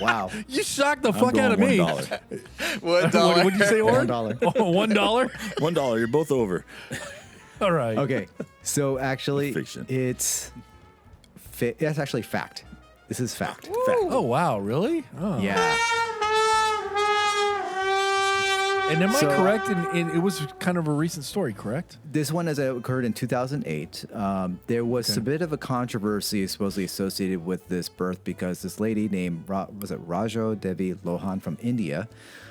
Speaker 3: Wow.
Speaker 1: You shocked the fuck
Speaker 5: going
Speaker 1: out of me.
Speaker 5: $1.
Speaker 2: One
Speaker 1: What
Speaker 2: dollar.
Speaker 1: would you say, Orin?
Speaker 3: dollar.
Speaker 1: Oh, One dollar?
Speaker 5: One dollar. You're both over.
Speaker 1: All right.
Speaker 3: Okay. So actually,
Speaker 5: Fiction.
Speaker 3: it's fi- that's actually fact. This is fact.
Speaker 1: Oh, wow. Really? Oh.
Speaker 3: Yeah.
Speaker 1: And am I
Speaker 3: So-
Speaker 1: correct? In, in, it was kind of a recent story, correct?
Speaker 3: This one has occurred in 2008. Um, there was a bit of a controversy supposedly associated with this birth because this lady named Ra- was it Rajo Devi Lohan from India,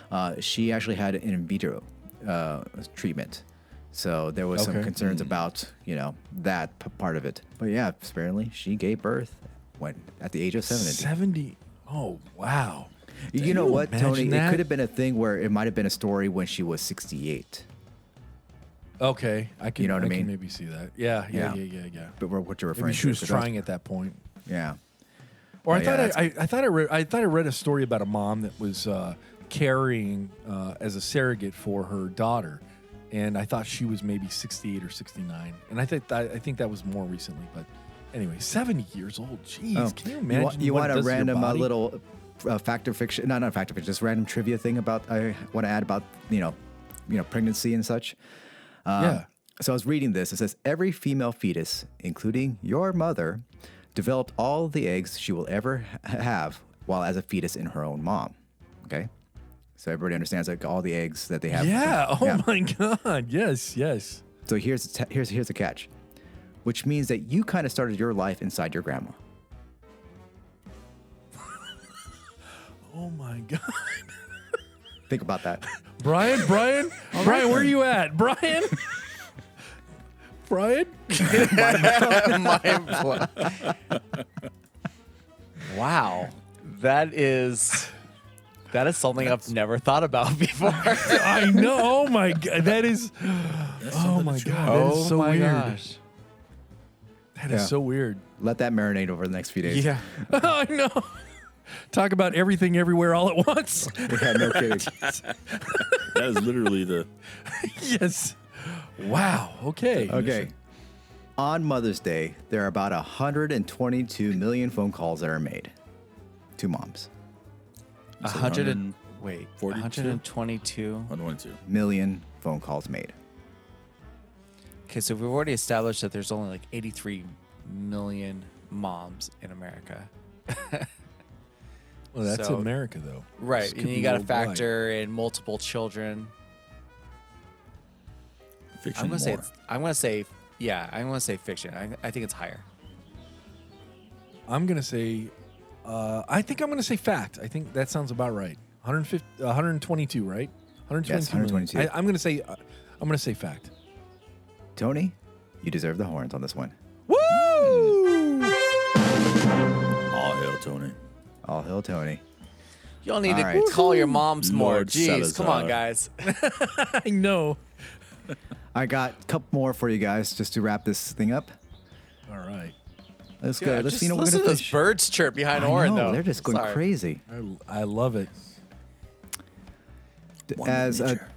Speaker 3: uh, she actually had an in vitro uh, treatment. So there was some
Speaker 1: Okay.
Speaker 3: concerns about you know that p- part of it. But yeah, apparently she gave birth when at the age of 70.
Speaker 1: 70. Oh, wow.
Speaker 3: You
Speaker 1: Can
Speaker 3: know
Speaker 1: you
Speaker 3: what,
Speaker 1: imagine
Speaker 3: Tony?
Speaker 1: that?
Speaker 3: It could have been a thing where it might have been a story when she was 68,
Speaker 1: Okay. I can,
Speaker 3: You know what I
Speaker 1: can
Speaker 3: mean?
Speaker 1: maybe see that. Yeah. Yeah. Yeah.
Speaker 3: Yeah.
Speaker 1: Yeah. Yeah.
Speaker 3: but we're- what you're referring
Speaker 1: Maybe she
Speaker 3: to.
Speaker 1: was
Speaker 3: 'cause I
Speaker 1: trying at that point.
Speaker 3: Yeah.
Speaker 1: Or I
Speaker 3: Oh, yeah,
Speaker 1: thought
Speaker 3: that's-
Speaker 1: I, I, I thought I read I thought I read a story about a mom that was uh, carrying uh, as a surrogate for her daughter, and I thought she was maybe sixty eight or sixty nine, and I think that, I think that was more recently. But anyway, seventy years old. Jeez,
Speaker 3: Oh,
Speaker 1: can you
Speaker 3: wa-
Speaker 1: imagine?
Speaker 3: You,
Speaker 1: what it
Speaker 3: want a
Speaker 1: does to your
Speaker 3: random uh,
Speaker 1: body?
Speaker 3: little uh, factor fiction? No, not factor fiction. Just random trivia thing about I want to add about you know, you know, pregnancy and such. Um,
Speaker 1: Yeah.
Speaker 3: So I was reading this. It says every female fetus, including your mother, developed all the eggs she will ever ha- have while as a fetus in her own mom. Okay. So everybody understands like all the eggs that they have.
Speaker 1: Yeah. Oh
Speaker 3: Yeah.
Speaker 1: my God. Yes. Yes.
Speaker 3: So here's the t- here's here's the catch, which means that you kind of started your life inside your grandma.
Speaker 1: Oh my God.
Speaker 3: Think about that.
Speaker 1: Brian. Brian. Brian, where are you at, Brian? Brian.
Speaker 2: wow, that is that is something I've never thought about before.
Speaker 1: I know. Oh my God. That is. Oh my God. That is so weird. That is
Speaker 3: Yeah.
Speaker 1: so weird.
Speaker 3: Let that marinate over the next few days.
Speaker 2: Yeah.
Speaker 1: I know. Talk about everything everywhere all at once.
Speaker 3: Yeah, no kidding.
Speaker 5: That is literally the.
Speaker 1: yes. Wow. Okay.
Speaker 3: Okay. On Mother's Day, there are about 122 million phone calls that are made to moms.
Speaker 2: A hundred and
Speaker 5: hundred
Speaker 2: wait,
Speaker 5: 42?
Speaker 2: hundred and twenty-two.
Speaker 5: One one two.
Speaker 3: Million phone calls made.
Speaker 2: Okay, so we've already established that there's only like eighty-three million moms in America.
Speaker 1: Well, that's
Speaker 2: So-
Speaker 1: America, though. This
Speaker 2: Right,
Speaker 1: could
Speaker 2: and you
Speaker 1: be
Speaker 2: got to
Speaker 1: worldwide.
Speaker 2: factor in multiple children.
Speaker 5: Fiction
Speaker 2: I'm gonna say
Speaker 5: more.
Speaker 2: it's, I'm gonna say yeah. I'm gonna say fiction. I, I think it's higher.
Speaker 1: I'm gonna say. Uh, I think I'm gonna say fact. I think that sounds about right. 150, 122, right? 122.
Speaker 3: Yes,
Speaker 1: million.
Speaker 3: 122.
Speaker 1: I, am gonna say. Uh, I'm gonna say fact.
Speaker 3: Tony, you deserve the horns on this one.
Speaker 1: Woo!
Speaker 5: all hail Tony.
Speaker 3: All hill, Tony.
Speaker 2: Y'all need to
Speaker 3: Alright.
Speaker 2: call your moms more.
Speaker 5: Lord
Speaker 2: Jeez, come on,
Speaker 5: Salazar.
Speaker 2: guys.
Speaker 1: I know.
Speaker 3: I got a couple more for you guys just to wrap this thing up.
Speaker 1: All right.
Speaker 3: Let's
Speaker 2: Yeah,
Speaker 3: go. Let's
Speaker 2: just
Speaker 3: see what we're
Speaker 2: listen
Speaker 3: gonna
Speaker 2: to those
Speaker 3: fish.
Speaker 2: birds chirp behind
Speaker 3: I
Speaker 2: Orin,
Speaker 3: know,
Speaker 2: though.
Speaker 3: They're just going
Speaker 2: Sorry.
Speaker 3: crazy.
Speaker 1: I, I love it.
Speaker 5: Wonder
Speaker 3: As a,
Speaker 5: Nature.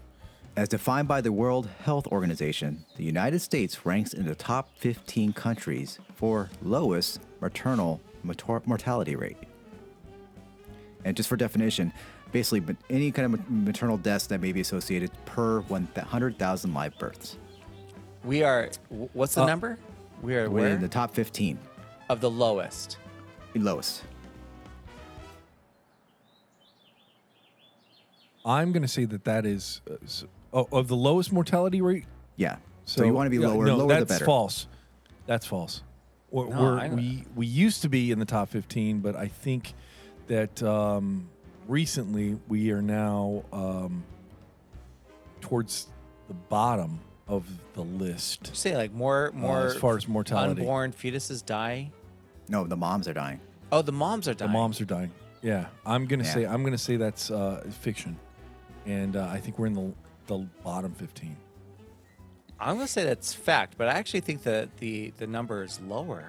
Speaker 3: as defined by the World Health Organization, the United States ranks in the top 15 countries for lowest maternal mator- mortality rate. And just for definition, basically but any kind of ma- maternal deaths that may be associated per 100,000 live births.
Speaker 2: We are. wh- What's the
Speaker 3: Uh,
Speaker 2: number? We are
Speaker 3: We're
Speaker 2: where?
Speaker 3: in the top 15,
Speaker 2: of the lowest.
Speaker 3: lowest.
Speaker 1: I'm gonna say that that is uh, s- oh, of the lowest mortality rate
Speaker 3: Yeah. So, you want to be
Speaker 1: yeah,
Speaker 3: lower,
Speaker 1: No,
Speaker 3: lower
Speaker 1: that's
Speaker 3: the better.
Speaker 1: false. That's false. We're,
Speaker 2: No,
Speaker 1: we're-
Speaker 2: I-
Speaker 1: we we used to be in the top 15, but I think that um, recently we are now um, towards the bottom of the list
Speaker 2: Say like more,
Speaker 1: uh,
Speaker 2: more
Speaker 1: as far as mortality.
Speaker 2: unborn fetuses die.
Speaker 3: No, the moms are dying.
Speaker 2: Oh, the moms are
Speaker 1: The
Speaker 2: dying.
Speaker 1: moms are dying. Yeah, I'm gonna
Speaker 3: Yeah.
Speaker 1: say I'm gonna say that's uh, fiction, and uh, I think we're in the the bottom 15.
Speaker 2: I'm gonna say that's fact, but I actually think that the the number is lower.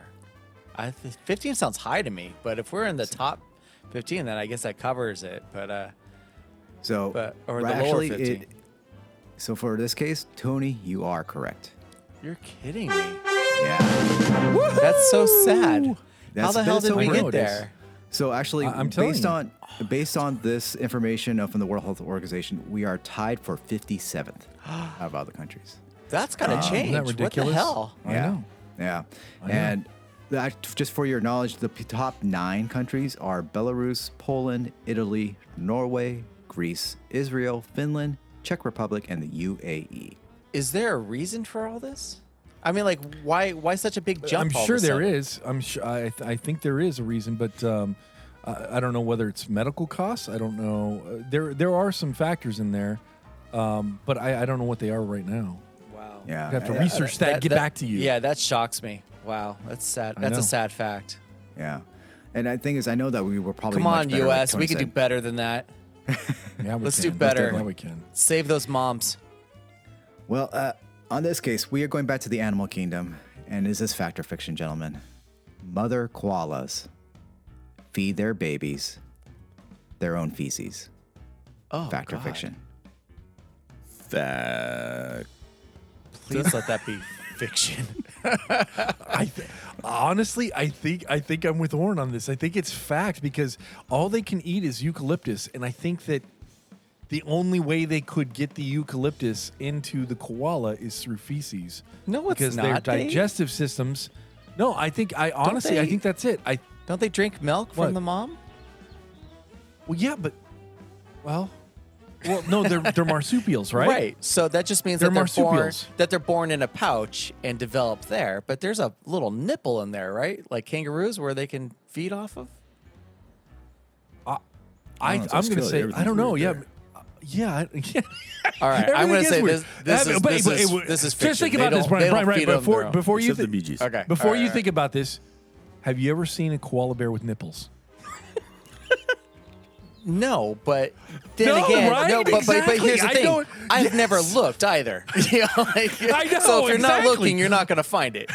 Speaker 2: I th- 15 sounds high to me, but if we're in the top 15, then I guess that covers it. But uh,
Speaker 3: So,
Speaker 2: But- or
Speaker 3: we're
Speaker 2: the lower
Speaker 3: actually,
Speaker 2: 15.
Speaker 3: it- So for this case, Tony, you are correct.
Speaker 2: You're kidding me.
Speaker 3: Yeah.
Speaker 2: That's so sad. How
Speaker 3: That's-
Speaker 2: the hell
Speaker 3: that's
Speaker 2: did
Speaker 3: how
Speaker 2: we
Speaker 1: I know
Speaker 2: get
Speaker 1: it
Speaker 2: there?
Speaker 3: So actually,
Speaker 1: I- I'm telling
Speaker 3: based
Speaker 1: you.
Speaker 3: on based on this information uh, from the World Health Organization, we are tied for 57th out of all the countries.
Speaker 2: That's gotta
Speaker 1: Isn't
Speaker 2: change.
Speaker 1: that ridiculous?
Speaker 2: What the hell?
Speaker 1: I
Speaker 3: yeah.
Speaker 1: know.
Speaker 3: Yeah.
Speaker 1: know.
Speaker 3: And that, just for your knowledge, the p- top nine countries are Belarus, Poland, Italy, Norway, Greece, Israel, Finland, Czech Republic, and the E. UAE.
Speaker 2: Is there a reason for all this? I mean, like, why why such a big jump?
Speaker 1: I'm sure there is. I'm sure. I, th- I think there is a reason, but um, I, I don't know whether it's medical costs. I don't know. Uh, There there are some factors in there, um, but I, I don't know what they are right now.
Speaker 2: Wow.
Speaker 3: Yeah.
Speaker 1: I have to
Speaker 3: yeah,
Speaker 1: research that, Get back to you.
Speaker 2: Yeah, Uh, that shocks me. Wow, that's sad. That's
Speaker 1: know.
Speaker 2: a sad fact.
Speaker 3: Yeah. And I think is I know that we were probably
Speaker 2: Come
Speaker 3: much
Speaker 2: on,
Speaker 3: better, like
Speaker 2: US,
Speaker 3: Tony
Speaker 2: we can do
Speaker 3: said.
Speaker 2: better than that.
Speaker 1: Yeah, we
Speaker 2: Let's
Speaker 1: can.
Speaker 2: do better.
Speaker 1: Yeah, we can.
Speaker 2: Save those moms.
Speaker 3: Well, uh, on this case, we are going back to the animal kingdom, and is this fact or fiction, gentlemen? Mother koalas feed their babies their own feces.
Speaker 2: Oh,
Speaker 3: fact or
Speaker 2: God.
Speaker 3: fiction?
Speaker 5: Fact.
Speaker 2: Please let that be fiction.
Speaker 1: I th- honestly, I think I think I'm with Warren on this. I think it's fact because all they can eat is eucalyptus, and I think that the only way they could get the eucalyptus into the koala is through feces.
Speaker 2: No, it's
Speaker 1: because
Speaker 2: not.
Speaker 1: their
Speaker 2: They-
Speaker 1: digestive systems. No, I think I honestly I
Speaker 2: they-
Speaker 1: think that's it. I
Speaker 2: Don't they drink milk
Speaker 1: What?
Speaker 2: from the mom?
Speaker 1: well yeah, but well, well no, they're they're marsupials, right?
Speaker 2: So that just means
Speaker 1: They're
Speaker 2: that they're born
Speaker 1: marsupials.
Speaker 2: that they're born in a pouch and develop there. But there's a little nipple in there, right? Like kangaroos, where they can feed off of.
Speaker 1: I,
Speaker 5: Oh, it's
Speaker 1: I'm going to
Speaker 5: Australia.
Speaker 1: say I
Speaker 5: Everything's
Speaker 1: don't know.
Speaker 5: weird
Speaker 1: Yeah.
Speaker 5: there.
Speaker 1: uh, Yeah, I- yeah.
Speaker 2: All right,
Speaker 1: Everything
Speaker 2: I'm gonna
Speaker 1: is
Speaker 2: say
Speaker 1: weird.
Speaker 2: this. This
Speaker 1: That-
Speaker 2: is
Speaker 1: but-
Speaker 2: this
Speaker 1: but
Speaker 2: is
Speaker 1: it-
Speaker 2: this is fiction.
Speaker 1: Just think
Speaker 2: They
Speaker 1: about this,
Speaker 2: don't-
Speaker 1: Brian.
Speaker 2: they don't
Speaker 1: Brian, Brian,
Speaker 2: feed on
Speaker 1: before
Speaker 2: their own.
Speaker 1: before you
Speaker 5: Except the
Speaker 1: thi-
Speaker 5: Bee Gees.
Speaker 2: Okay.
Speaker 1: Before
Speaker 2: All
Speaker 1: you
Speaker 2: right,
Speaker 1: think
Speaker 2: all
Speaker 1: about this, have you ever seen a koala bear with nipples?
Speaker 2: right. no, but then
Speaker 1: No,
Speaker 2: again,
Speaker 1: right?
Speaker 2: no, but, but,
Speaker 1: Exactly.
Speaker 2: but here's the
Speaker 1: I
Speaker 2: thing:
Speaker 1: don't-
Speaker 2: I've never looked either. You know, like,
Speaker 1: I
Speaker 2: So
Speaker 1: know,
Speaker 2: if you're not
Speaker 1: exactly.
Speaker 2: looking, you're not gonna find it.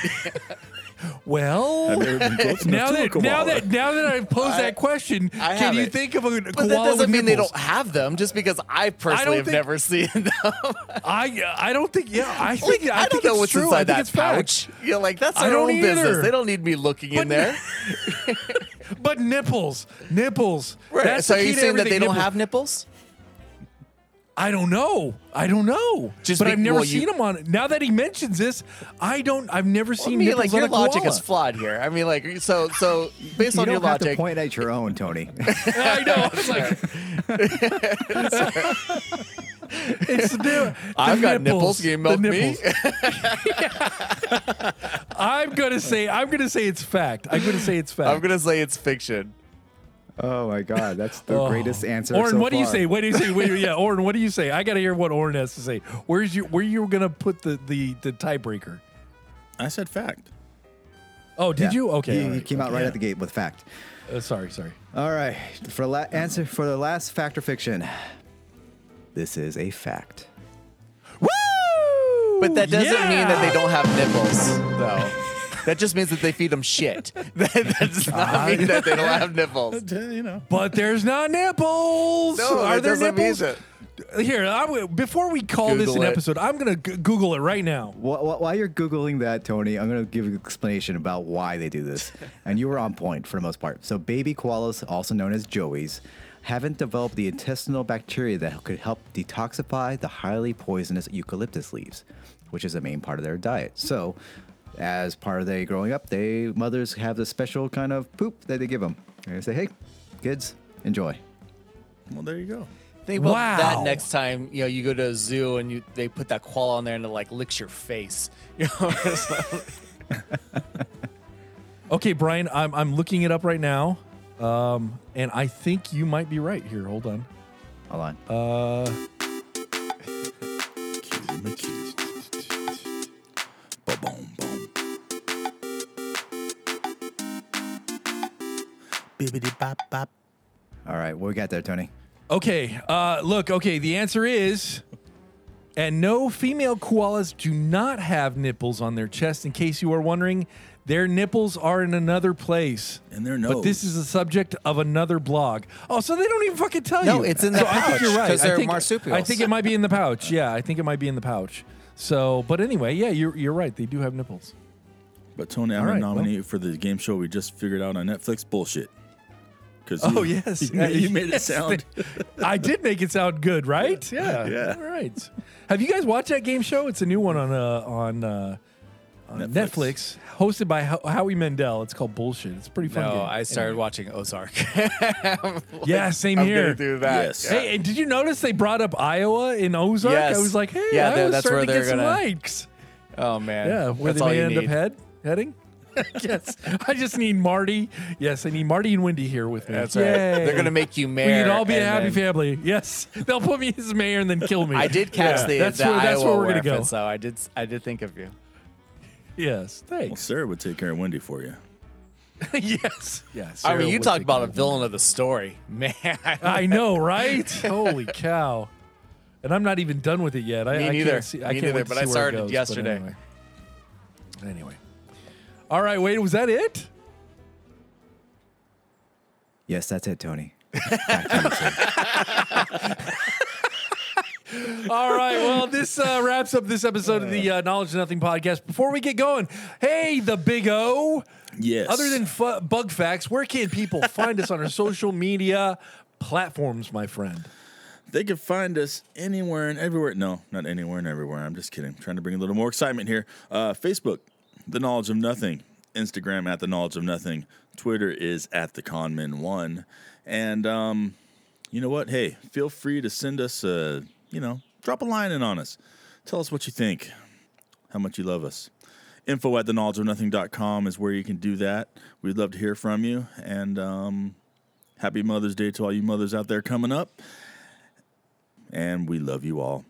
Speaker 1: Well,
Speaker 5: Have you ever been close
Speaker 1: now
Speaker 5: enough to a
Speaker 1: that now
Speaker 5: koala?
Speaker 1: that now that I've posed
Speaker 2: I-
Speaker 1: that question,
Speaker 2: I
Speaker 1: can you
Speaker 2: haven't.
Speaker 1: think of a koala
Speaker 2: But that
Speaker 1: with
Speaker 2: doesn't mean they
Speaker 1: nipples?
Speaker 2: don't have them. Just because I
Speaker 1: don't
Speaker 2: personally have
Speaker 1: think-
Speaker 2: never seen them.
Speaker 1: I I don't think. Yeah, I
Speaker 2: Like,
Speaker 1: think
Speaker 2: I,
Speaker 1: I,
Speaker 2: don't
Speaker 1: think
Speaker 2: know
Speaker 1: it's
Speaker 2: what's
Speaker 1: true. I
Speaker 2: inside
Speaker 1: think
Speaker 2: that
Speaker 1: it's fact.
Speaker 2: pouch. You're like, that's
Speaker 1: I
Speaker 2: our
Speaker 1: don't
Speaker 2: own
Speaker 1: either.
Speaker 2: business. They don't need me looking
Speaker 1: But-
Speaker 2: in there.
Speaker 1: But nipples, nipples.
Speaker 2: Right.
Speaker 1: That's
Speaker 2: so
Speaker 1: the
Speaker 2: are
Speaker 1: key
Speaker 2: you
Speaker 1: to
Speaker 2: saying that
Speaker 1: everything,
Speaker 2: they don't
Speaker 1: nipples.
Speaker 2: have nipples?
Speaker 1: I don't know. I don't know.
Speaker 2: Just
Speaker 1: but
Speaker 2: be-
Speaker 1: I've never
Speaker 2: well, you-
Speaker 1: seen him on it. Now that he mentions this, I don't. I've never
Speaker 2: I
Speaker 1: seen
Speaker 2: mean,
Speaker 1: nipples on
Speaker 2: like your
Speaker 1: a
Speaker 2: logic
Speaker 1: koala.
Speaker 2: is flawed here. I mean, like so so based
Speaker 3: You
Speaker 2: on
Speaker 3: don't
Speaker 2: your
Speaker 3: have to
Speaker 2: logic.
Speaker 3: point at your own, Tony.
Speaker 1: I know. It's like it's the,
Speaker 2: I've
Speaker 1: the
Speaker 2: got
Speaker 1: nipples.
Speaker 2: nipples. Can you
Speaker 1: The
Speaker 2: milk me?
Speaker 1: Yeah. I'm gonna say I'm gonna say it's fact. I'm gonna say it's fact.
Speaker 2: I'm gonna say it's fiction.
Speaker 3: oh my God, that's the
Speaker 1: Oh.
Speaker 3: greatest answer.
Speaker 1: Orin,
Speaker 3: so
Speaker 1: what do you
Speaker 3: far.
Speaker 1: say? What do you say? Wait, yeah, Orin, what do you say? I gotta hear what Orin has to say. Where's your where you gonna put the the the tiebreaker?
Speaker 5: I said fact.
Speaker 1: Oh, did
Speaker 3: Yeah.
Speaker 1: you? Okay,
Speaker 3: You-
Speaker 1: all
Speaker 3: you
Speaker 1: right,
Speaker 3: came out
Speaker 1: okay.
Speaker 3: right at the gate with fact.
Speaker 1: Uh, sorry, sorry.
Speaker 3: All right, for la- answer for the last fact or fiction. This is a fact.
Speaker 1: Woo!
Speaker 2: But that doesn't mean that
Speaker 1: Yeah!
Speaker 2: they don't have nipples, though. that just means that they feed them shit. that, that does
Speaker 1: Uh-huh.
Speaker 2: not mean that they don't have nipples.
Speaker 5: But, uh, You know.
Speaker 1: But there's not nipples.
Speaker 2: No,
Speaker 1: Are
Speaker 2: that
Speaker 1: there
Speaker 2: doesn't mean
Speaker 1: nipples?
Speaker 2: that.
Speaker 1: Here, I w- before we call this an
Speaker 2: Google it.
Speaker 1: episode, I'm gonna g- Google it right now.
Speaker 3: Wh- wh- While you're googling that, Tony, I'm going to give you an explanation about why they do this. and you were on point for the most part. So, baby koalas, also known as joeys, haven't developed the intestinal bacteria that could help detoxify the highly poisonous eucalyptus leaves, which is the main part of their diet. So, as part of their growing up, they mothers have this special kind of poop that they give them. And they say, "Hey, kids, enjoy."
Speaker 5: Well, there you go.
Speaker 2: Think about
Speaker 1: Wow.
Speaker 2: that next time. You know, you go to a zoo and you they put that koala on there and it like licks your face. You know, it's like-
Speaker 1: Okay, Brian, I'm I'm looking it up right now, um, and I think you might be right here. Hold on.
Speaker 3: Hold on.
Speaker 1: Uh,
Speaker 5: Ba-boom, boom. Bibbidi bop bop.
Speaker 3: All right, what we got there, Tony?
Speaker 1: okay, uh, look. Okay, the answer is, and no, female koalas do not have nipples on their chest. In case you are wondering, Their nipples are in another place.
Speaker 5: And their
Speaker 1: But this
Speaker 5: nose.
Speaker 1: is the subject of another blog. Oh, so they don't even fucking tell
Speaker 2: No,
Speaker 1: you.
Speaker 2: it's in the
Speaker 1: So I think
Speaker 2: pouch,
Speaker 1: you're right.
Speaker 2: 'cause they're
Speaker 1: I think,
Speaker 2: marsupials.
Speaker 1: I think it might be in the pouch. Yeah, I think it might be in the pouch. So, but anyway, yeah, you're, you're right. They do have nipples.
Speaker 5: But Tony, I'm
Speaker 1: All
Speaker 5: gonna
Speaker 1: right, well.
Speaker 5: nominate you for the game show we just figured out on Netflix. Bullshit. Because
Speaker 1: Oh, yes.
Speaker 5: you, made- you made it
Speaker 1: Yes,
Speaker 5: sound.
Speaker 1: I did make it sound good, right? Yeah.
Speaker 5: Yeah.
Speaker 1: All right. Have you guys watched that game show? It's a new one on uh, on, uh, on
Speaker 5: Netflix.
Speaker 1: Netflix. hosted by Ho- Howie Mendel. It's called Bullshit. It's a pretty fun.
Speaker 2: No,
Speaker 1: game.
Speaker 2: I started watching Ozark.
Speaker 1: Yeah, same
Speaker 2: I'm
Speaker 1: here.
Speaker 2: gonna do that.
Speaker 5: Yes.
Speaker 2: Yeah.
Speaker 1: Hey, and did you notice they brought up Iowa in Ozark?
Speaker 2: Yes.
Speaker 1: I was like, hey,
Speaker 2: Yeah,
Speaker 1: Iowa's
Speaker 2: that's where
Speaker 1: starting to get
Speaker 2: they're
Speaker 1: some
Speaker 2: gonna-
Speaker 1: likes.
Speaker 2: Oh man.
Speaker 1: Yeah, where
Speaker 2: That's
Speaker 1: they
Speaker 2: all
Speaker 1: may
Speaker 2: you
Speaker 1: end up
Speaker 2: need.
Speaker 1: head heading. yes, I just need Marty. Yes, I need Marty and Wendy here with me.
Speaker 2: That's right. They're
Speaker 1: Yay.
Speaker 2: gonna make you
Speaker 1: We
Speaker 2: mayor.
Speaker 1: could all be a
Speaker 2: and
Speaker 1: happy
Speaker 2: then-
Speaker 1: family. Yes, they'll put me as mayor and then kill me.
Speaker 2: I did catch
Speaker 1: Yeah,
Speaker 2: the,
Speaker 1: that's
Speaker 2: the
Speaker 1: where, that's
Speaker 2: Iowa
Speaker 1: where we're gonna go.
Speaker 2: reference, though. I did. I did think of you.
Speaker 1: Yes,
Speaker 5: Well,
Speaker 1: thanks.
Speaker 5: Sarah would take care of Wendy for you.
Speaker 1: yes, yes.
Speaker 2: I mean, you talk about a villain of the story, man.
Speaker 1: I know, right? Holy cow! And I'm not even done with it yet. I,
Speaker 2: Me
Speaker 1: I
Speaker 2: neither.
Speaker 1: Can't see, I
Speaker 2: Me
Speaker 1: can't
Speaker 2: neither,
Speaker 1: wait to
Speaker 2: but
Speaker 1: see
Speaker 2: I
Speaker 1: where it
Speaker 2: started
Speaker 1: goes, but
Speaker 2: yesterday.
Speaker 1: Anyway. Anyway. all right. Wait, was that it?
Speaker 3: Yes, that's it, Tony.
Speaker 1: All right. Well, this uh, wraps up this episode of the uh, Knowledge Nothing podcast. Before we get going, hey, the Big O.
Speaker 5: Yes.
Speaker 1: Other than fu- bug facts, where can people find us on our social media platforms, my friend?
Speaker 5: They can find us anywhere and everywhere. No, not anywhere and everywhere. I'm just kidding. I'm trying to bring a little more excitement here. Uh, Facebook, The Knowledge of Nothing. Instagram, at The Knowledge of Nothing. Twitter is at The Conman1. And um, you know what? Hey, feel free to send us, uh, you know, drop a line in on us. Tell us what you think, how much you love us. Info at theknowledgeofnothing.com is where you can do that. We'd love to hear from you. And um, happy Mother's Day to all you mothers out there coming up and we love you all.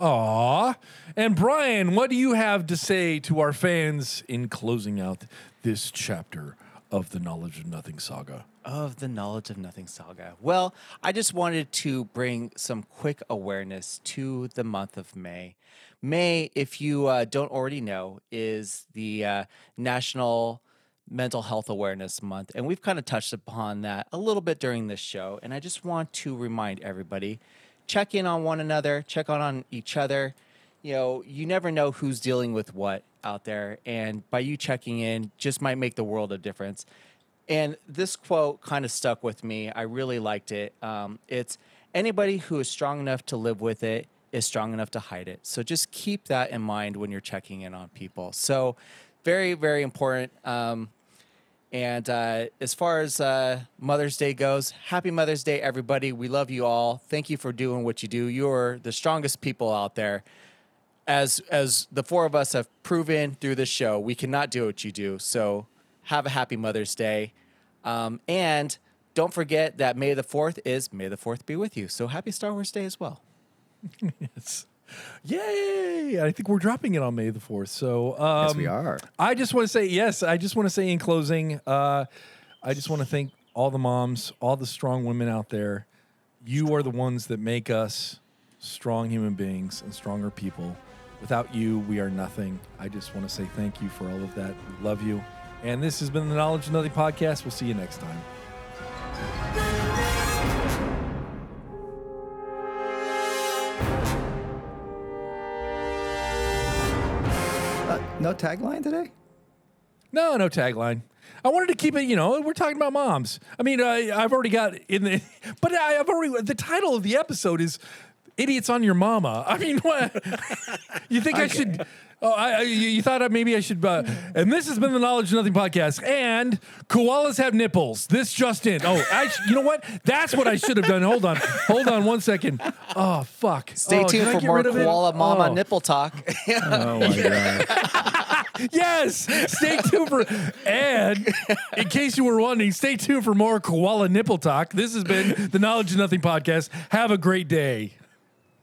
Speaker 1: Aw. And Brian, what do you have to say to our fans in closing out this chapter of the Knowledge of Nothing saga?
Speaker 2: of the Knowledge of Nothing saga. Well, I just wanted to bring some quick awareness to the month of May. May, if you uh, don't already know, is the uh, National Mental Health Awareness Month. And we've kind of touched upon that a little bit during this show. And I just want to remind everybody check in on one another, check on, on each other you know, you never know who's dealing with what out there. And by you checking in, just might make the world a difference. And this quote kind of stuck with me. I really liked it. Um, it's anybody who is strong enough to live with it is strong enough to hide it. So just keep that in mind when you're checking in on people. So, very, very important. Um, and uh, as far as uh, Mother's Day goes, happy Mother's Day, everybody. We love you all. Thank you for doing what you do. You're the strongest people out there. As as the four of us have proven through this show, we cannot do what you do. So have a happy Mother's Day, um, and don't forget that May the Fourth is May the Fourth be with you. So happy Star Wars Day as well.
Speaker 1: Yes. Yay! I think we're dropping it on May the 4th. So, um,
Speaker 3: Yes, we are.
Speaker 1: I just want to say, yes, I just want to say in closing, uh, I just want to thank all the moms, all the strong women out there. You are the ones that make us strong human beings and stronger people. Without you, we are nothing. I just want to say thank you for all of that. We love you. And this has been the Knowledge of Nothing podcast. We'll see you next time.
Speaker 3: Uh, no tagline today?
Speaker 1: No, no tagline. I wanted to keep it. You know, we're talking about moms. I mean, I, I've already got in the, but I, have already. The title of the episode is "Idiots on Your Mama." I mean, what? you think I should? Oh, I, I- you, you thought I- maybe I should. Uh, and this has been the Knowledge of Nothing podcast. And koalas have nipples. This just in. Oh, I. sh- You know what? That's what I should have done. Hold on. Hold on one second. Oh fuck.
Speaker 2: Stay
Speaker 1: Oh, did
Speaker 2: tuned
Speaker 1: I
Speaker 2: for
Speaker 1: get
Speaker 2: more
Speaker 1: rid of it?
Speaker 2: koala mama
Speaker 1: Oh.
Speaker 2: nipple talk.
Speaker 3: Oh my god.
Speaker 1: Yes, stay tuned for and in case you were wondering, stay tuned for more koala nipple talk. This has been the Knowledge of Nothing podcast. Have a great day.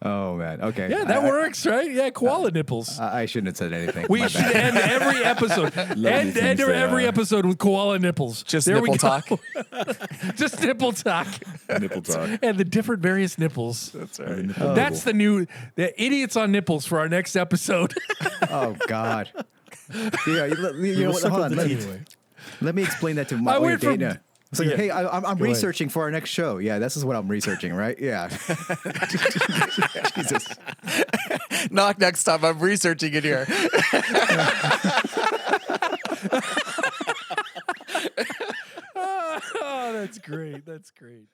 Speaker 3: Oh man. Okay.
Speaker 1: Yeah,
Speaker 3: I-
Speaker 1: that
Speaker 3: I-
Speaker 1: works, right? Yeah, koala nipples.
Speaker 3: I, I shouldn't have said anything.
Speaker 1: we
Speaker 3: My
Speaker 1: should
Speaker 3: bad.
Speaker 1: end every episode. end
Speaker 5: things
Speaker 1: end
Speaker 5: they
Speaker 1: every
Speaker 5: are.
Speaker 1: episode with koala nipples.
Speaker 2: Just
Speaker 1: There we
Speaker 2: nipple
Speaker 1: go.
Speaker 2: talk.
Speaker 1: Just nipple talk
Speaker 5: Nipple talk.
Speaker 1: and the different various nipples. That's,
Speaker 5: Nipple
Speaker 3: Oh.
Speaker 5: nibble.
Speaker 1: the new the idiots on nipples for our next episode.
Speaker 3: Oh god. Yeah, you, you, know
Speaker 5: we'll
Speaker 3: what?
Speaker 5: suck
Speaker 3: Hold
Speaker 5: up
Speaker 3: on.
Speaker 5: the
Speaker 3: Let,
Speaker 5: teeth.
Speaker 1: Anyway.
Speaker 3: let me explain that to my
Speaker 1: I
Speaker 3: wait,
Speaker 1: went from-
Speaker 3: Dana. It's like,
Speaker 1: Yeah.
Speaker 3: hey, I, I'm, I'm
Speaker 1: ahead.
Speaker 3: researching for our next show. Yeah, this is what I'm researching, right? Yeah. Jesus.
Speaker 2: Knock next time. I'm researching it here.
Speaker 1: oh, that's great. That's great.